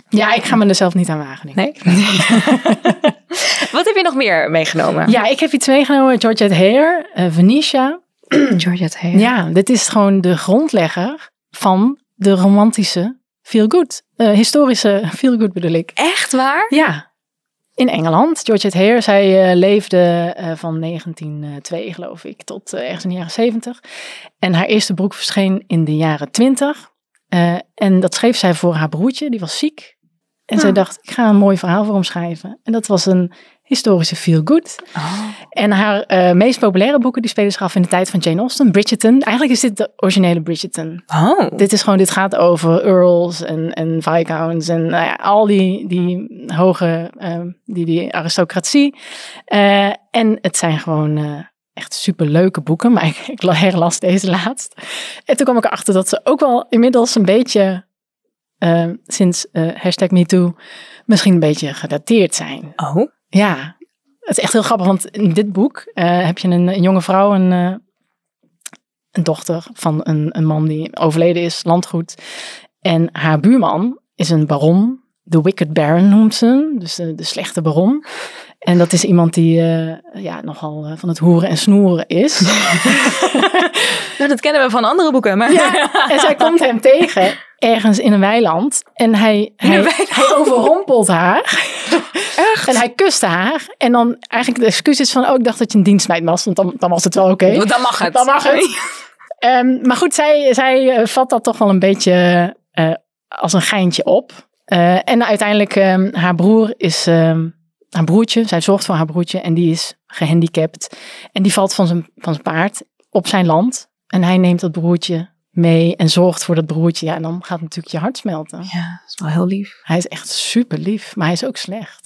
[SPEAKER 1] Ja, ik ga me er zelf niet aan wagen. denk ik.
[SPEAKER 3] Nee. Wat heb je nog meer meegenomen?
[SPEAKER 1] Ja, ik heb iets meegenomen. Georgette Hare, eh Venetia.
[SPEAKER 3] Georgette Hare.
[SPEAKER 1] Ja, dit is gewoon de grondlegger van de romantische feel-good. Eh, historische feel-good bedoel ik.
[SPEAKER 3] Echt waar?
[SPEAKER 1] Ja, in Engeland. Georgette Hare, zij eh, leefde eh, van 1902, geloof ik, tot eh, ergens in de jaren 70. En haar eerste broek verscheen in de jaren 20. Eh, en dat schreef zij voor haar broertje, die was ziek. En zij dacht, ik ga een mooi verhaal voor hem schrijven. En dat was een historische feel-good.
[SPEAKER 3] Oh.
[SPEAKER 1] En haar eh, meest populaire boeken die spelen zich af in de tijd van Jane Austen, Bridgerton. Eigenlijk is dit de originele Bridgerton.
[SPEAKER 3] Oh.
[SPEAKER 1] Dit is gewoon, dit gaat over earls en, en viscounts en nou ja, al die, die hoge, ehm, die, die aristocratie. Eh, en het zijn gewoon eh, echt superleuke boeken, maar ik, ik herlas deze laatst. En toen kwam ik erachter dat ze ook wel inmiddels een beetje, eh, sinds eh hashtag MeToo, misschien een beetje gedateerd zijn.
[SPEAKER 3] Oh.
[SPEAKER 1] Ja, het is echt heel grappig, want in dit boek eh, heb je een, een jonge vrouw, een, eh, een dochter van een, een man die overleden is, landgoed. En haar buurman is een baron, de Wicked Baron noemt ze hem, dus de, de slechte baron. En dat is iemand die eh, ja, nogal eh, van het hoeren en snoeren is.
[SPEAKER 3] Nou, dat kennen we van andere boeken, maar...
[SPEAKER 1] en zij komt hem tegen ergens in een weiland en hij, hij, hij overrompelt haar.
[SPEAKER 3] Echt?
[SPEAKER 1] En hij kuste haar. En dan eigenlijk de excuus is van, oh, ik dacht dat je een dienstmeid was. Want dan, dan was het wel oké.
[SPEAKER 3] Want Oh, Dan mag het.
[SPEAKER 1] Dan mag het. Ehm, maar goed, zij, zij eh, vat dat toch wel een beetje eh, als een geintje op. Eh, en uiteindelijk, ehm, haar broer is ehm, haar broertje. Zij zorgt voor haar broertje en die is gehandicapt. En die valt van zijn, van zijn paard op zijn land. En hij neemt dat broertje mee en zorgt voor dat broertje. Ja, en dan gaat natuurlijk je hart smelten.
[SPEAKER 3] Ja, dat is wel heel lief.
[SPEAKER 1] Hij is echt super lief, maar hij is ook slecht.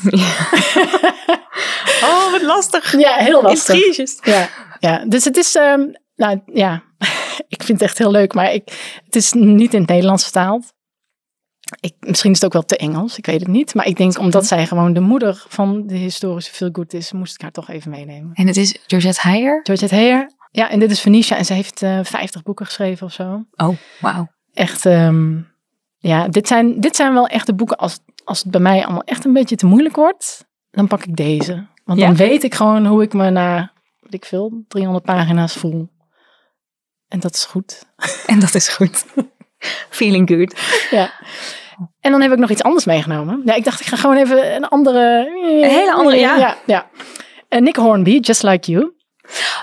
[SPEAKER 3] Oh, wat lastig.
[SPEAKER 1] Ja, heel
[SPEAKER 3] Intriges.
[SPEAKER 1] Ja, ja. dus het is, ehm, nou ja, ik vind het echt heel leuk, maar ik, het is niet in het Nederlands vertaald. Ik, misschien is het ook wel te Engels, ik weet het niet. Maar ik denk omdat zij gewoon de moeder van de historische Feel Good is, moest ik haar toch even meenemen.
[SPEAKER 3] En het is Georgette Heyer.
[SPEAKER 1] Georgette Heyer, ja, en dit is Venetia en ze heeft eh 50 boeken geschreven of zo.
[SPEAKER 3] Oh, wauw.
[SPEAKER 1] Echt, ehm, ja, dit zijn, dit zijn wel echt de boeken als, als het bij mij allemaal echt een beetje te moeilijk wordt, dan pak ik deze. Want
[SPEAKER 3] Ja?
[SPEAKER 1] dan weet ik gewoon hoe ik me na, weet ik veel, 300 pagina's voel. En dat is goed.
[SPEAKER 3] En dat is goed. Feeling good.
[SPEAKER 1] Ja. En dan heb ik nog iets anders meegenomen. Ja, ik dacht, ik ga gewoon even een andere...
[SPEAKER 3] Een hele andere, ja.
[SPEAKER 1] Ja, ja. Eh, Nick Hornby, Just Like You.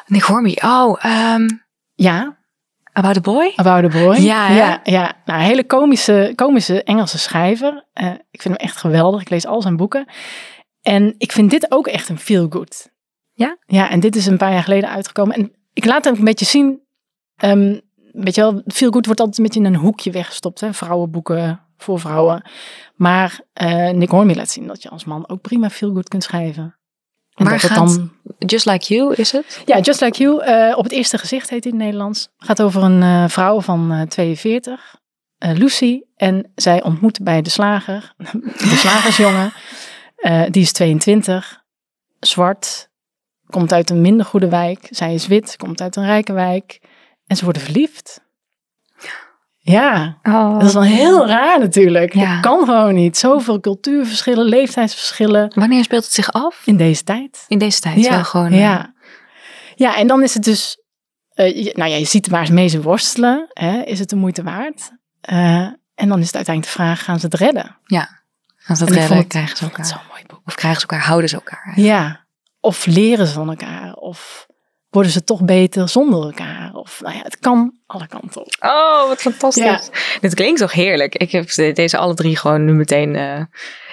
[SPEAKER 3] Nick Hormy. Oh, ehm,
[SPEAKER 1] Ja,
[SPEAKER 3] About a Boy?
[SPEAKER 1] About a Boy.
[SPEAKER 3] Ja, hè?
[SPEAKER 1] ja, ja. Nou, een hele komische, komische Engelse schrijver. Eh, ik vind hem echt geweldig. Ik lees al zijn boeken. En ik vind dit ook echt een feel-good.
[SPEAKER 3] Ja?
[SPEAKER 1] Ja, en dit is een paar jaar geleden uitgekomen. En ik laat hem ook een beetje zien. ehm weet je wel, feel-good wordt altijd een beetje in een hoekje weggestopt. Hè? Vrouwenboeken voor vrouwen. Maar eh Nick Hornby laat zien dat je als man ook prima feel-good kunt schrijven. En
[SPEAKER 3] Waar
[SPEAKER 1] dat het
[SPEAKER 3] gaat-
[SPEAKER 1] dan
[SPEAKER 3] Just Like You is het?
[SPEAKER 1] ja, Just Like You, eh, op het eerste gezicht heet hij in het Nederlands. Gaat over een eh, vrouw van eh, 42, eh, Lucy. En zij ontmoet bij de slager, de slagersjongen. Eh, die is 22, zwart, komt uit een minder goede wijk. Zij is wit, komt uit een rijke wijk. En ze worden verliefd. Ja,
[SPEAKER 3] Oh.
[SPEAKER 1] dat is wel heel raar natuurlijk.
[SPEAKER 3] Ja.
[SPEAKER 1] Dat kan gewoon niet. Zoveel cultuurverschillen, leeftijdsverschillen
[SPEAKER 3] Wanneer speelt het zich af?
[SPEAKER 1] in deze tijd.
[SPEAKER 3] In deze tijd wel gewoon. eh,
[SPEAKER 1] Ja. ja, en dan is het dus... eh, je- nou ja, je ziet waar ze mee ze worstelen. Hè? Is het de moeite waard? Eh, en dan is het uiteindelijk de vraag, gaan ze het redden?
[SPEAKER 3] Gaan ze eh, dat
[SPEAKER 1] En ik
[SPEAKER 3] redden?
[SPEAKER 1] vond het-
[SPEAKER 3] krijgen ze
[SPEAKER 1] ik vond
[SPEAKER 3] elkaar?
[SPEAKER 1] het zo'n mooi boek.
[SPEAKER 3] Of krijgen ze elkaar? Houden ze elkaar?
[SPEAKER 1] Ja, of leren ze van elkaar. Of worden ze toch beter zonder elkaar. Of nou ja, het kan alle kanten op.
[SPEAKER 3] Oh, wat fantastisch.
[SPEAKER 1] Ja.
[SPEAKER 3] Dit klinkt toch heerlijk. Ik heb de- deze alle drie gewoon nu meteen... eh,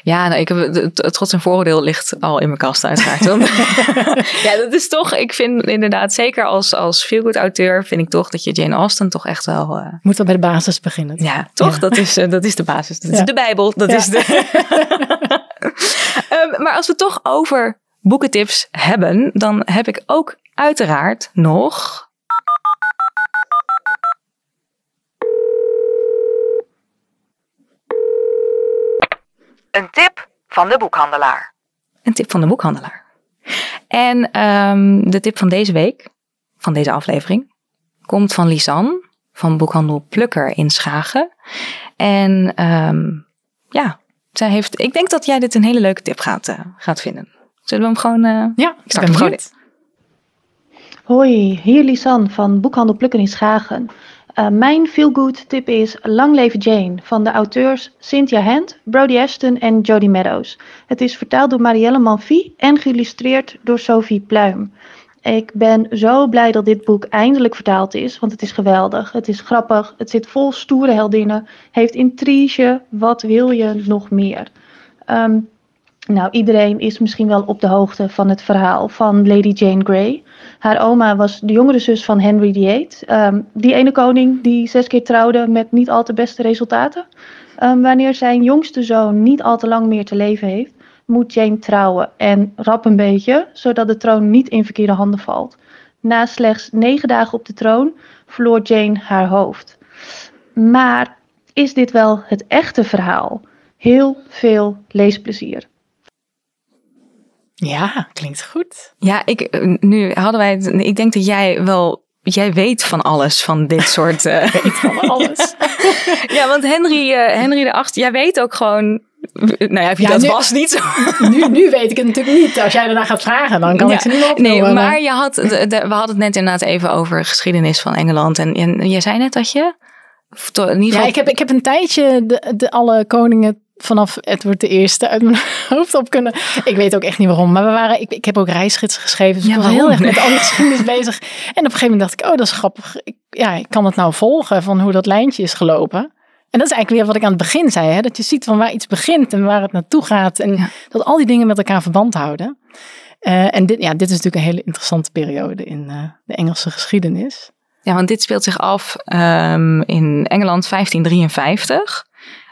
[SPEAKER 3] ja, nou, ik heb, de- de- trots en vooroordeel ligt al in mijn kast uiteraard. Want- ja, dat is toch... Ik vind inderdaad, zeker als, als feelgood auteur... vind ik toch dat je Jane Austen toch echt wel... eh,
[SPEAKER 1] Moet wel bij de basis beginnen.
[SPEAKER 3] ja, toch?
[SPEAKER 1] Ja.
[SPEAKER 3] Dat, is, eh, dat is de basis. Dat
[SPEAKER 1] Ja.
[SPEAKER 3] is de Bijbel. Dat
[SPEAKER 1] Ja.
[SPEAKER 3] is de... Ehm, maar als we het toch over boekentips hebben... dan heb ik ook uiteraard nog...
[SPEAKER 2] Een tip van de boekhandelaar.
[SPEAKER 3] Een tip van de boekhandelaar. En ehm, de tip van deze week, van deze aflevering, komt van Lisanne van boekhandel Plukker in Schagen. En ehm, ja, zij heeft, ik denk dat jij dit een hele leuke tip gaat, eh, gaat vinden. Zullen we hem gewoon... eh,
[SPEAKER 1] Ja, ik
[SPEAKER 3] start
[SPEAKER 1] ben
[SPEAKER 3] hem gewoon
[SPEAKER 1] benieuwd.
[SPEAKER 5] Hoi, hier Lisanne van Boekhandel Plukken in Schagen. Eh, mijn feel-good tip is Lang Leven Jane van de auteurs Cynthia Hand, Brody Ashton en Jodie Meadows. Het is vertaald door Marielle Manfi en geïllustreerd door Sophie Pluim. Ik ben zo blij dat dit boek eindelijk vertaald is, want het is geweldig. Het is grappig, het zit vol stoere heldinnen, heeft intrige, wat wil je nog meer? Ehm, nou, iedereen is misschien wel op de hoogte van het verhaal van Lady Jane Grey. Haar oma was de jongere zus van Henry VIII. Ehm, die ene koning die zes keer trouwde met niet al te beste resultaten. Ehm, wanneer zijn jongste zoon niet al te lang meer te leven heeft, moet Jane trouwen. En rap een beetje, zodat de troon niet in verkeerde handen valt. Na slechts negen dagen op de troon verloor Jane haar hoofd. Maar is dit wel het echte verhaal? Heel veel leesplezier.
[SPEAKER 1] Ja, klinkt goed.
[SPEAKER 3] Ja, ik, eh, nu hadden wij het... Ik denk dat jij wel... Jij weet van alles van dit soort... eh,
[SPEAKER 1] Alles.
[SPEAKER 3] ja, want Henry, eh, Henry de Acht, jij weet ook gewoon... Nou ja,
[SPEAKER 1] Ja,
[SPEAKER 3] dat
[SPEAKER 1] nu-
[SPEAKER 3] was niet zo.
[SPEAKER 1] nu, nu weet ik het natuurlijk niet. Als jij daarna gaat vragen, dan kan
[SPEAKER 3] Ja,
[SPEAKER 1] ik ze niet meer opnoemen.
[SPEAKER 3] Nee, maar je had, de- de- we hadden het net inderdaad even over geschiedenis van Engeland. En, en jij zei net dat je... of to- in ieder
[SPEAKER 1] Ja,
[SPEAKER 3] geval,
[SPEAKER 1] ik heb, ik heb een tijdje de, de, alle koningen vanaf Edward de Eerste uit mijn hoofd op kunnen. Ik weet ook echt niet waarom. Maar we waren, ik, ik heb ook reisgidsen geschreven. Dus
[SPEAKER 3] Ja,
[SPEAKER 1] ik was heel
[SPEAKER 3] waarom?
[SPEAKER 1] erg met alle geschiedenis bezig. En op een gegeven moment dacht ik, oh, dat is grappig. Ik, ja, ik kan het nou volgen van hoe dat lijntje is gelopen. En dat is eigenlijk weer wat ik aan het begin zei. Hè? Dat je ziet van waar iets begint en waar het naartoe gaat. En
[SPEAKER 3] Ja.
[SPEAKER 1] dat al die dingen met elkaar verband houden. Eh, en dit, ja, dit is natuurlijk een hele interessante periode in eh, de Engelse geschiedenis.
[SPEAKER 3] ja, want dit speelt zich af ehm, in Engeland 1553.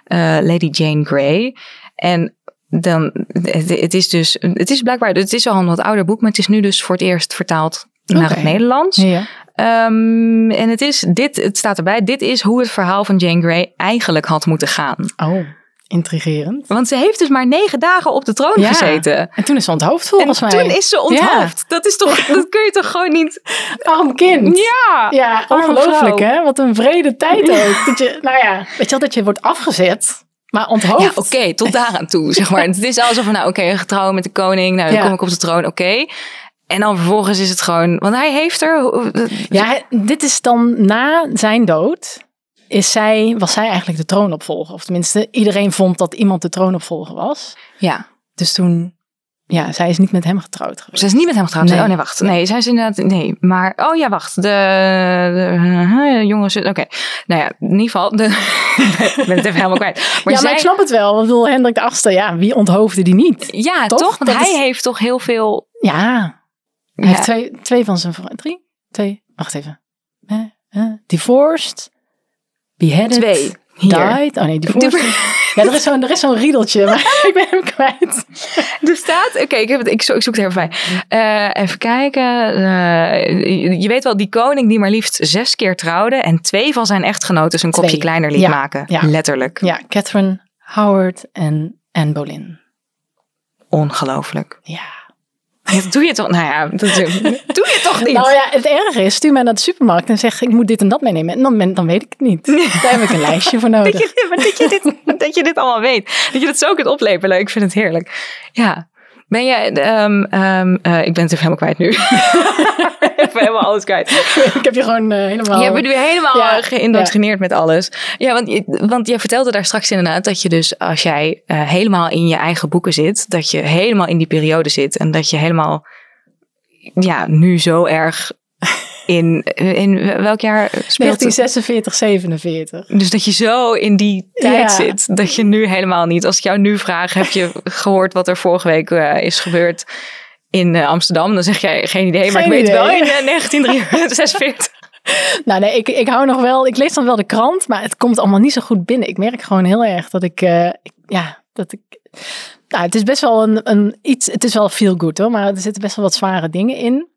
[SPEAKER 3] eh, Lady Jane Grey. En dan, het, het is dus, het is blijkbaar, het is al een wat ouder boek, maar het is nu dus voor het eerst vertaald naar
[SPEAKER 1] Oké.
[SPEAKER 3] het Nederlands.
[SPEAKER 1] Ja.
[SPEAKER 3] Ehm, en het is, dit, het staat erbij, dit is hoe het verhaal van Jane Grey eigenlijk had moeten gaan.
[SPEAKER 1] Oh, intrigerend.
[SPEAKER 3] Want ze heeft dus maar negen dagen op de troon
[SPEAKER 1] Ja.
[SPEAKER 3] gezeten.
[SPEAKER 1] En toen is ze onthoofd volgens
[SPEAKER 3] en
[SPEAKER 1] mij.
[SPEAKER 3] toen is ze onthoofd. Dat is toch, dat kun je toch gewoon niet.
[SPEAKER 1] Arm kind.
[SPEAKER 3] Ja.
[SPEAKER 1] Ja,
[SPEAKER 3] arme
[SPEAKER 1] ongelooflijk
[SPEAKER 3] vrouw.
[SPEAKER 1] hè. Wat een vrede tijd ook. Dat je, nou ja, weet je wel, dat je wordt afgezet, maar onthoofd.
[SPEAKER 3] Ja, oké, tot daar aan toe, zeg maar. Het is alsof, nou oké, een getrouw met de koning, nou dan
[SPEAKER 1] Ja.
[SPEAKER 3] kom ik op de troon, oké. En dan vervolgens is het gewoon, want hij heeft er...
[SPEAKER 1] Ja, hij- dit is dan na zijn dood, is zij, was zij eigenlijk de troonopvolger. Of tenminste, iedereen vond dat iemand de troonopvolger was.
[SPEAKER 3] ja.
[SPEAKER 1] Dus toen, ja, zij is niet met hem getrouwd geweest.
[SPEAKER 3] Ze is niet met hem getrouwd.
[SPEAKER 1] Nee.
[SPEAKER 3] Oh nee, wacht. Nee, zij is inderdaad... Nee, maar... Oh ja, wacht. De, de jongens... Oké. Nou ja, in ieder geval... De, ik ben het even helemaal kwijt. Maar
[SPEAKER 1] ja,
[SPEAKER 3] zij,
[SPEAKER 1] maar ik snap het wel. Ik bedoel, Hendrik de Achtste, ja, wie onthoofde die niet?
[SPEAKER 3] Ja, toch?
[SPEAKER 1] toch?
[SPEAKER 3] Want
[SPEAKER 1] Dat
[SPEAKER 3] hij
[SPEAKER 1] is-
[SPEAKER 3] heeft toch heel veel...
[SPEAKER 1] Ja, hij
[SPEAKER 3] Ja.
[SPEAKER 1] heeft twee, twee van zijn vrouwen. Drie? Twee? Wacht even. Eh, eh, divorced. Beheaded.
[SPEAKER 3] Twee. Hier.
[SPEAKER 1] Died. Oh nee, divorced. Ja, er is zo'n er is zo'n riedeltje, maar ik ben hem kwijt.
[SPEAKER 3] Er staat, oké, ik, heb het- ik, zo- ik zoek het even bij. Eh, even kijken. Eh, je- je weet wel, die koning die maar liefst zes keer trouwde en twee van zijn echtgenoten zijn kopje
[SPEAKER 1] Twee.
[SPEAKER 3] kleiner liet
[SPEAKER 1] Ja,
[SPEAKER 3] maken.
[SPEAKER 1] ja.
[SPEAKER 3] Letterlijk.
[SPEAKER 1] Ja, Catherine Howard en Anne Boleyn.
[SPEAKER 3] Ongelooflijk.
[SPEAKER 1] Ja.
[SPEAKER 3] Dat doe je toch? Nou ja, dat doe, doe je toch niet?
[SPEAKER 1] Nou ja, het erge is, stuur mij naar de supermarkt en zeg ik moet dit en dat meenemen. En dan, ben- dan weet ik het niet. Daar heb ik een lijstje voor
[SPEAKER 3] dat,
[SPEAKER 1] nodig.
[SPEAKER 3] je, maar dat, je dit, dat je dit allemaal weet. Dat je dat zo kunt oplepelen. Ik vind het heerlijk. Ja. Ben jij, ehm, ehm, eh, ik ben het even helemaal kwijt nu. ik ben helemaal alles kwijt.
[SPEAKER 1] ik heb je gewoon eh, helemaal...
[SPEAKER 3] Je bent nu helemaal
[SPEAKER 1] Ja,
[SPEAKER 3] eh, geïndoctrineerd met alles. Ja, want, je- want jij vertelde daar straks inderdaad dat je dus als jij eh, helemaal in je eigen boeken zit, dat je helemaal in die periode zit en dat je helemaal ja, nu zo erg in, in welk jaar speelt het?
[SPEAKER 1] 1946, 47.
[SPEAKER 3] Dus dat je zo in die tijd
[SPEAKER 1] Ja.
[SPEAKER 3] zit, dat je nu helemaal niet. Als ik jou nu vraag, heb je gehoord wat er vorige week eh, is gebeurd in eh, Amsterdam? Dan zeg jij geen idee, maar
[SPEAKER 1] Geen
[SPEAKER 3] ik
[SPEAKER 1] idee.
[SPEAKER 3] weet wel in eh, 1946.
[SPEAKER 1] Nou nee, ik, ik hou nog wel, ik lees dan wel de krant, maar het komt allemaal niet zo goed binnen. Ik merk gewoon heel erg dat ik, eh, ik- ja, dat ik, nou het is best wel een, een iets, het is wel feel good hoor, maar er zitten best wel wat zware dingen in.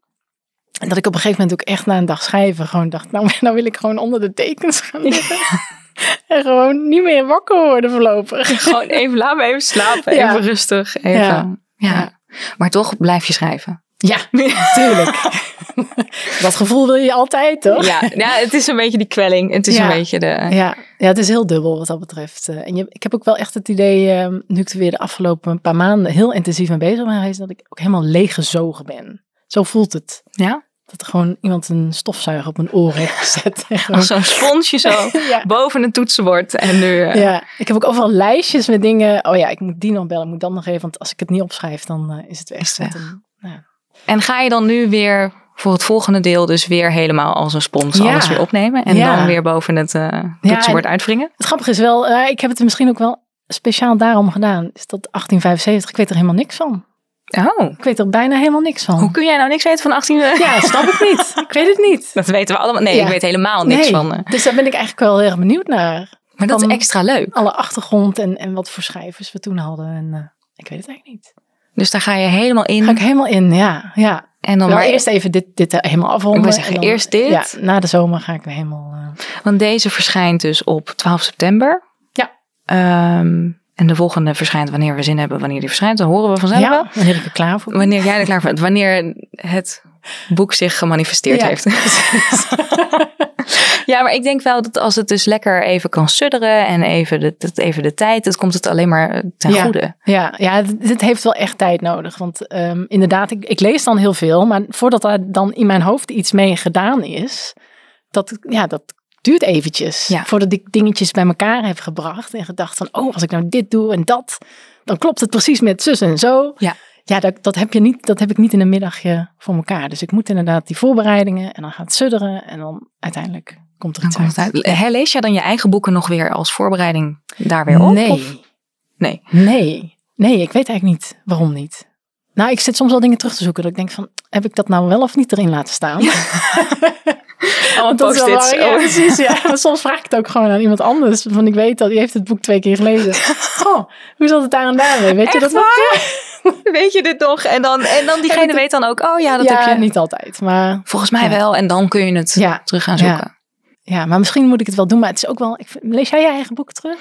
[SPEAKER 1] En dat ik op een gegeven moment ook echt na een dag schrijven gewoon dacht, nou, nou wil ik gewoon onder de dekens gaan liggen. en gewoon niet meer wakker worden voorlopig.
[SPEAKER 3] Gewoon even, laat me even slapen,
[SPEAKER 1] Ja.
[SPEAKER 3] even rustig. Even.
[SPEAKER 1] Ja.
[SPEAKER 3] Ja. maar toch blijf je schrijven.
[SPEAKER 1] Ja, tuurlijk. dat gevoel wil je altijd toch?
[SPEAKER 3] Ja, ja, het is een beetje die kwelling. Het is
[SPEAKER 1] Ja.
[SPEAKER 3] een beetje de...
[SPEAKER 1] Ja, ja, het is heel dubbel wat dat betreft. Eh, En je, ik heb ook wel echt het idee, eh, nu ik er weer de afgelopen paar maanden heel intensief mee bezig ben geweest, dat ik ook helemaal leeggezogen ben. Zo voelt het.
[SPEAKER 3] Ja?
[SPEAKER 1] Dat er gewoon iemand een stofzuiger op mijn oor heeft gezet. En gewoon-
[SPEAKER 3] Als zo'n sponsje zo
[SPEAKER 1] ja.
[SPEAKER 3] boven een toetsenbord. En nu... eh,
[SPEAKER 1] ja, ik heb ook overal lijstjes met dingen. Oh ja, ik moet die nog bellen, ik moet dat nog even. Want als ik het niet opschrijf, dan eh, is het weg.
[SPEAKER 3] Is het weg.
[SPEAKER 1] Want dan-
[SPEAKER 3] En ga je dan nu weer voor het volgende deel dus weer helemaal als een spons
[SPEAKER 1] Ja.
[SPEAKER 3] alles weer opnemen? En
[SPEAKER 1] Ja.
[SPEAKER 3] dan weer boven het eh toetsenbord uitwringen?
[SPEAKER 1] Het grappige is wel, eh, ik heb het misschien ook wel speciaal daarom gedaan. Is dat 1875? Ik weet er helemaal niks van.
[SPEAKER 3] Oh,
[SPEAKER 1] Ik weet er bijna helemaal niks van.
[SPEAKER 3] hoe kun jij nou niks weten van 18... eh?
[SPEAKER 1] Ja, dat snap ik niet. Ik weet het niet.
[SPEAKER 3] Dat weten we allemaal. Nee,
[SPEAKER 1] Ja.
[SPEAKER 3] ik weet helemaal niks
[SPEAKER 1] Nee.
[SPEAKER 3] van. eh.
[SPEAKER 1] Dus daar ben ik eigenlijk wel heel erg benieuwd naar.
[SPEAKER 3] Maar dat
[SPEAKER 1] Van-
[SPEAKER 3] is extra leuk.
[SPEAKER 1] Alle achtergrond en, en wat voor schrijvers we toen hadden. En, eh, ik weet het eigenlijk niet.
[SPEAKER 3] Dus daar ga je helemaal in.
[SPEAKER 1] Ga ik helemaal in, ja. ja.
[SPEAKER 3] En dan
[SPEAKER 1] Wel
[SPEAKER 3] Mhm. maar
[SPEAKER 1] eerst even dit, dit eh, helemaal afronden.
[SPEAKER 3] Ik wou zeggen,
[SPEAKER 1] en dan-
[SPEAKER 3] eerst dit.
[SPEAKER 1] Ja, na de zomer ga ik weer helemaal... eh,
[SPEAKER 3] Want deze verschijnt dus op 12 september.
[SPEAKER 1] Ja.
[SPEAKER 3] Ehm, en de volgende verschijnt wanneer we zin hebben, wanneer die verschijnt. Dan horen we vanzelf
[SPEAKER 1] ja,
[SPEAKER 3] wel.
[SPEAKER 1] wanneer ik er klaar voor ben.
[SPEAKER 3] Wanneer jij er klaar voor bent. Wanneer het boek zich gemanifesteerd
[SPEAKER 1] Ja,
[SPEAKER 3] heeft. ja, maar ik denk wel dat als het dus lekker even kan sudderen en even de, dat even de tijd, dat komt het alleen maar eh, ten
[SPEAKER 1] Ja.
[SPEAKER 3] goede.
[SPEAKER 1] Ja, ja dit, dit heeft wel echt tijd nodig. Want ehm, inderdaad, ik, ik lees dan heel veel. Maar voordat daar dan in mijn hoofd iets mee gedaan is... Dat, ja, dat duurt eventjes.
[SPEAKER 3] Ja.
[SPEAKER 1] Voordat ik dingetjes bij elkaar heb gebracht. En gedacht van, oh, als ik nou dit doe en dat... Dan klopt het precies met zus en zo.
[SPEAKER 3] Ja.
[SPEAKER 1] Ja, dat, dat, heb je niet, dat heb ik niet in een middagje voor elkaar. Dus ik moet inderdaad die voorbereidingen... En dan gaat het sudderen. En dan uiteindelijk komt er
[SPEAKER 3] Dan
[SPEAKER 1] iets
[SPEAKER 3] komt het
[SPEAKER 1] uit.
[SPEAKER 3] uit. Herlees jij dan je eigen boeken nog weer als voorbereiding daar weer op?
[SPEAKER 1] Nee.
[SPEAKER 3] Of- Nee.
[SPEAKER 1] Nee. Nee, ik weet eigenlijk niet waarom niet. Nou, ik zit soms wel dingen terug te zoeken. Dat ik denk van, heb ik dat nou wel of niet erin laten staan?
[SPEAKER 3] Allemaal
[SPEAKER 1] Want dat is wel
[SPEAKER 3] post-its.
[SPEAKER 1] waar- ja,
[SPEAKER 3] Oh.
[SPEAKER 1] precies. Ja. Maar soms vraag ik het ook gewoon aan iemand anders. Van, ik weet dat, die heeft het boek twee keer gelezen. Oh, hoe zat het daar en daar mee? Weet je
[SPEAKER 3] Echt
[SPEAKER 1] dat nog?
[SPEAKER 3] Oh, Weet je dit nog? En dan, en dan diegene
[SPEAKER 1] dat-
[SPEAKER 3] weet dan ook, oh ja, dat
[SPEAKER 1] ja,
[SPEAKER 3] heb je.
[SPEAKER 1] niet altijd. Maar,
[SPEAKER 3] Volgens mij
[SPEAKER 1] Ja.
[SPEAKER 3] wel. En dan kun je het
[SPEAKER 1] Ja.
[SPEAKER 3] terug gaan
[SPEAKER 1] Ja.
[SPEAKER 3] zoeken.
[SPEAKER 1] ja, maar misschien moet ik het wel doen. Maar het is ook wel, ik, vind- lees jij je eigen boek terug?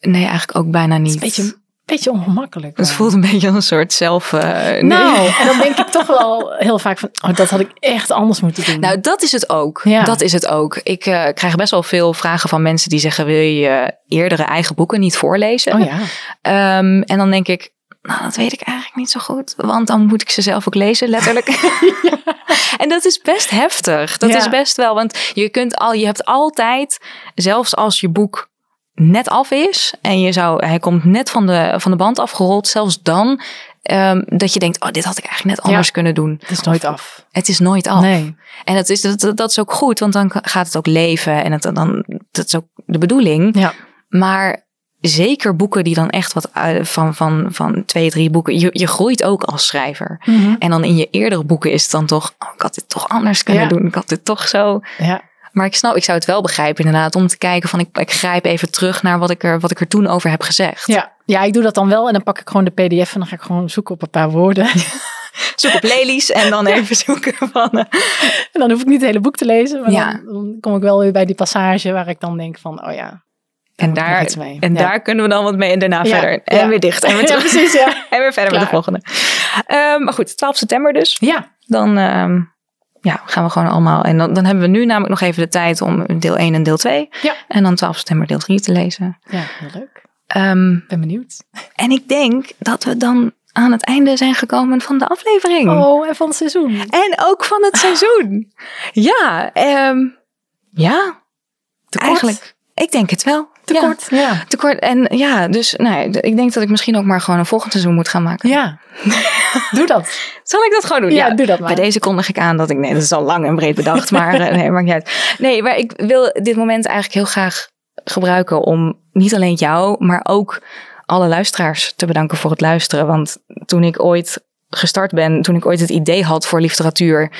[SPEAKER 3] Nee, eigenlijk ook bijna niet.
[SPEAKER 1] Het is een beetje, beetje ongemakkelijk.
[SPEAKER 3] het
[SPEAKER 1] wel.
[SPEAKER 3] voelt een beetje als een soort zelf... eh, nee.
[SPEAKER 1] Nou, en dan denk ik toch wel heel vaak van, oh, dat had ik echt anders moeten doen.
[SPEAKER 3] Nou, dat is het ook.
[SPEAKER 1] Ja.
[SPEAKER 3] Dat is het ook. Ik eh, krijg best wel veel vragen van mensen die zeggen: wil je je eerdere eigen boeken niet voorlezen?
[SPEAKER 1] oh ja.
[SPEAKER 3] Ehm, en dan denk ik. Nou, dat weet ik eigenlijk niet zo goed. Want dan moet ik ze zelf ook lezen, letterlijk. En dat is best heftig. Dat
[SPEAKER 1] Ja.
[SPEAKER 3] is best wel. Want je kunt al, je hebt altijd, zelfs als je boek net af is. En je zou, hij komt net van de, van de band afgerold. Zelfs dan ehm, dat je denkt, oh, dit had ik eigenlijk net
[SPEAKER 1] Ja.
[SPEAKER 3] anders kunnen doen.
[SPEAKER 1] Het is nooit af.
[SPEAKER 3] Het is nooit af.
[SPEAKER 1] Nee.
[SPEAKER 3] En dat is, dat, dat is ook goed, want dan gaat het ook leven en het, dan, dat is ook de bedoeling.
[SPEAKER 1] Ja.
[SPEAKER 3] Maar zeker boeken die dan echt wat uit- van, van, van twee, drie boeken. Je, je groeit ook als schrijver.
[SPEAKER 1] Mhm.
[SPEAKER 3] En dan in je eerdere boeken is het dan toch, oh, ik had dit toch anders kunnen
[SPEAKER 1] Ja.
[SPEAKER 3] doen. Ik had dit toch zo.
[SPEAKER 1] Ja.
[SPEAKER 3] Maar ik snap, ik zou het wel begrijpen inderdaad, om te kijken van ik, ik grijp even terug naar wat ik, er, wat ik er toen over heb gezegd.
[SPEAKER 1] Ja. ja, ik doe dat dan wel en dan pak ik gewoon de pdf en dan ga ik gewoon zoeken op een paar woorden.
[SPEAKER 3] Zoek op lelies en dan even zoeken van. eh,
[SPEAKER 1] en dan hoef ik niet het hele boek te lezen, maar
[SPEAKER 3] Ja.
[SPEAKER 1] dan, dan kom ik wel weer bij die passage waar ik dan denk van, oh ja. daar
[SPEAKER 3] En,
[SPEAKER 1] moet ik nog
[SPEAKER 3] daar,
[SPEAKER 1] iets mee.
[SPEAKER 3] en
[SPEAKER 1] Ja.
[SPEAKER 3] daar kunnen we dan wat mee en daarna
[SPEAKER 1] Ja.
[SPEAKER 3] verder. En
[SPEAKER 1] Ja.
[SPEAKER 3] weer dicht en weer
[SPEAKER 1] Ja,
[SPEAKER 3] terug.
[SPEAKER 1] precies, ja.
[SPEAKER 3] En weer verder met de
[SPEAKER 1] Klaar.
[SPEAKER 3] volgende. Ehm, maar goed, 12 september dus.
[SPEAKER 1] Ja,
[SPEAKER 3] Dan ehm, ja, gaan we gewoon allemaal. En dan, dan hebben we nu namelijk nog even de tijd om deel 1 en deel 2.
[SPEAKER 1] Ja.
[SPEAKER 3] En dan 12 september deel 3 te lezen.
[SPEAKER 1] ja heel leuk.
[SPEAKER 3] Ehm,
[SPEAKER 1] Ik ben benieuwd.
[SPEAKER 3] en ik denk dat we dan aan het einde zijn gekomen van de aflevering.
[SPEAKER 1] Oh, en van het seizoen.
[SPEAKER 3] En ook van het seizoen. Ja, ehm, ja
[SPEAKER 1] Te kort.
[SPEAKER 3] eigenlijk. Ik denk het wel.
[SPEAKER 1] te
[SPEAKER 3] Ja.
[SPEAKER 1] kort. Ja.
[SPEAKER 3] Tekort. En ja, dus nou, ja, d- ik denk dat ik misschien ook maar gewoon een volgend seizoen moet gaan maken.
[SPEAKER 1] ja. Doe dat.
[SPEAKER 3] Zal ik dat gewoon doen?
[SPEAKER 1] Ja, doe dat maar.
[SPEAKER 3] Bij deze kondig ik aan dat ik, nee, dat is al lang en breed bedacht, maar eh, nee, maakt niet uit. Nee, maar ik wil dit moment eigenlijk heel graag gebruiken om niet alleen jou, maar ook alle luisteraars te bedanken voor het luisteren. Want toen ik ooit gestart ben, toen ik ooit het idee had voor literatuur,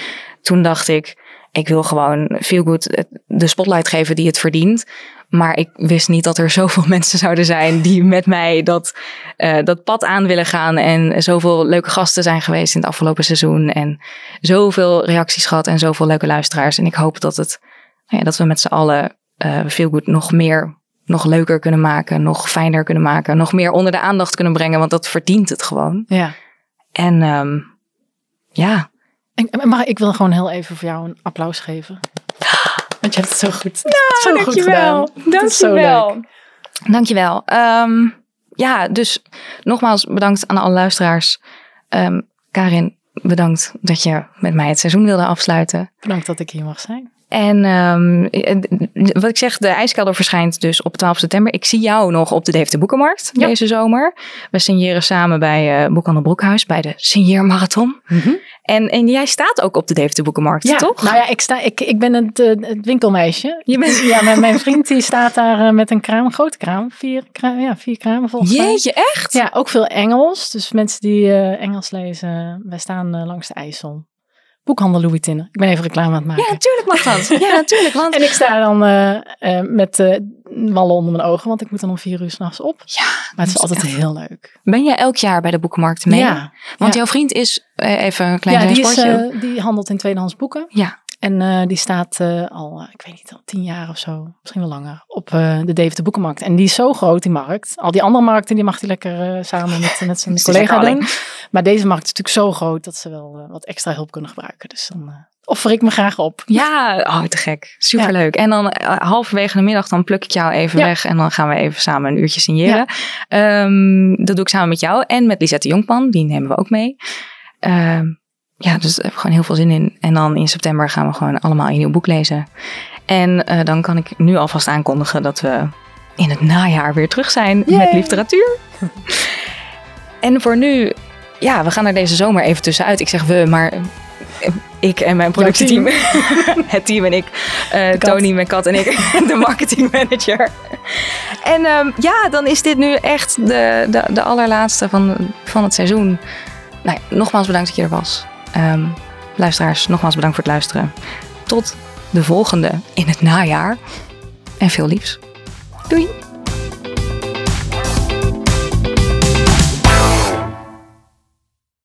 [SPEAKER 3] toen dacht ik, ik wil gewoon veel goed de spotlight geven die het verdient. Maar ik wist niet dat er zoveel mensen zouden zijn die met mij dat, eh, dat pad aan willen gaan. En zoveel leuke gasten zijn geweest in het afgelopen seizoen. En zoveel reacties gehad en zoveel leuke luisteraars. En ik hoop dat, het, nou ja, dat we met z'n allen eh, veel goed nog meer, nog leuker kunnen maken. Nog fijner kunnen maken. Nog meer onder de aandacht kunnen brengen. Want dat verdient het gewoon.
[SPEAKER 1] Ja.
[SPEAKER 3] En ehm, ja,
[SPEAKER 1] En, maar ik wil gewoon heel even voor jou een applaus geven. Want je hebt het zo goed, zo goed gedaan. Het is zo leuk.
[SPEAKER 3] Dankjewel. Ehm ja, dus nogmaals bedankt aan alle luisteraars. Ehm, Karin, bedankt dat je met mij het seizoen wilde afsluiten.
[SPEAKER 1] Bedankt dat ik hier mag zijn.
[SPEAKER 3] En ehm, eh, wat ik zeg, de ijskelder verschijnt dus op 12 september. Ik zie jou nog op de Deventer Boekenmarkt
[SPEAKER 1] Ja.
[SPEAKER 3] deze zomer. We signeren samen bij eh Boekhandel Broekhuis bij de Signeermarathon. En, en jij staat ook op de Deventer Boekenmarkt, toch?
[SPEAKER 1] Nou ja, ik, sta, ik, ik ben het, eh, het winkelmeisje. Dus
[SPEAKER 3] Je bent...
[SPEAKER 1] Ja, mijn, mijn vriend die staat daar eh, met een kraam, een grote kraam. Vier, kraam, ja, vier kramen volgens mij.
[SPEAKER 3] Jeetje, echt?
[SPEAKER 1] Ja, ook veel Engels. Dus mensen die eh, Engels lezen, wij staan eh, langs de IJssel. Boekhandel Louis Tinne. Ik ben even reclame aan het maken.
[SPEAKER 3] Ja, natuurlijk mag dat. Ja, natuurlijk. Want
[SPEAKER 1] En ik sta dan eh, eh, met eh wallen onder mijn ogen, want ik moet dan om vier uur s'nachts op.
[SPEAKER 3] Ja,
[SPEAKER 1] Maar het is
[SPEAKER 3] dat is
[SPEAKER 1] altijd heel leuk.
[SPEAKER 3] ben jij elk jaar bij de boekenmarkt mee?
[SPEAKER 1] Ja,
[SPEAKER 3] Want
[SPEAKER 1] ja.
[SPEAKER 3] jouw vriend is, eh, even een klein
[SPEAKER 1] ja die, is,
[SPEAKER 3] zijspoortje.
[SPEAKER 1] eh, die handelt in tweedehands boeken.
[SPEAKER 3] Ja.
[SPEAKER 1] En eh, die staat eh, al, eh, ik weet niet, al tien jaar of zo, misschien wel langer, op eh, de Deventer Boekenmarkt. En die is zo groot, die markt. Al die andere markten, die mag hij lekker eh, samen met, met zijn
[SPEAKER 3] Dus die
[SPEAKER 1] collega
[SPEAKER 3] zijn
[SPEAKER 1] doen. Maar deze markt is natuurlijk zo groot dat ze wel eh, wat extra hulp kunnen gebruiken. Dus dan eh, offer ik me graag op.
[SPEAKER 3] Ja, oh, te gek. Superleuk. En dan eh, halverwege de middag, dan pluk ik jou even
[SPEAKER 1] Ja.
[SPEAKER 3] weg. En dan gaan we even samen een uurtje signeren. Ehm, dat doe ik samen met jou en met Lisette Jonkman. Die nemen we ook mee. Ehm, ja, dus daar heb ik gewoon heel veel zin in. En dan in september gaan we gewoon allemaal een nieuw boek lezen. En eh, dan kan ik nu alvast aankondigen dat we in het najaar weer terug zijn met literatuur. en voor nu, ja, we gaan er deze zomer even tussenuit. Ik zeg we, maar eh, ik en mijn productieteam. het team en ik. eh,
[SPEAKER 1] kat.
[SPEAKER 3] Tony, mijn kat en ik. de marketingmanager. En ehm, ja, dan is dit nu echt de, de, de allerlaatste van, van het seizoen. Nou ja, nogmaals bedankt dat je er was. Ehm, luisteraars, nogmaals bedankt voor het luisteren. Tot de volgende in het najaar. En veel liefs. Doei!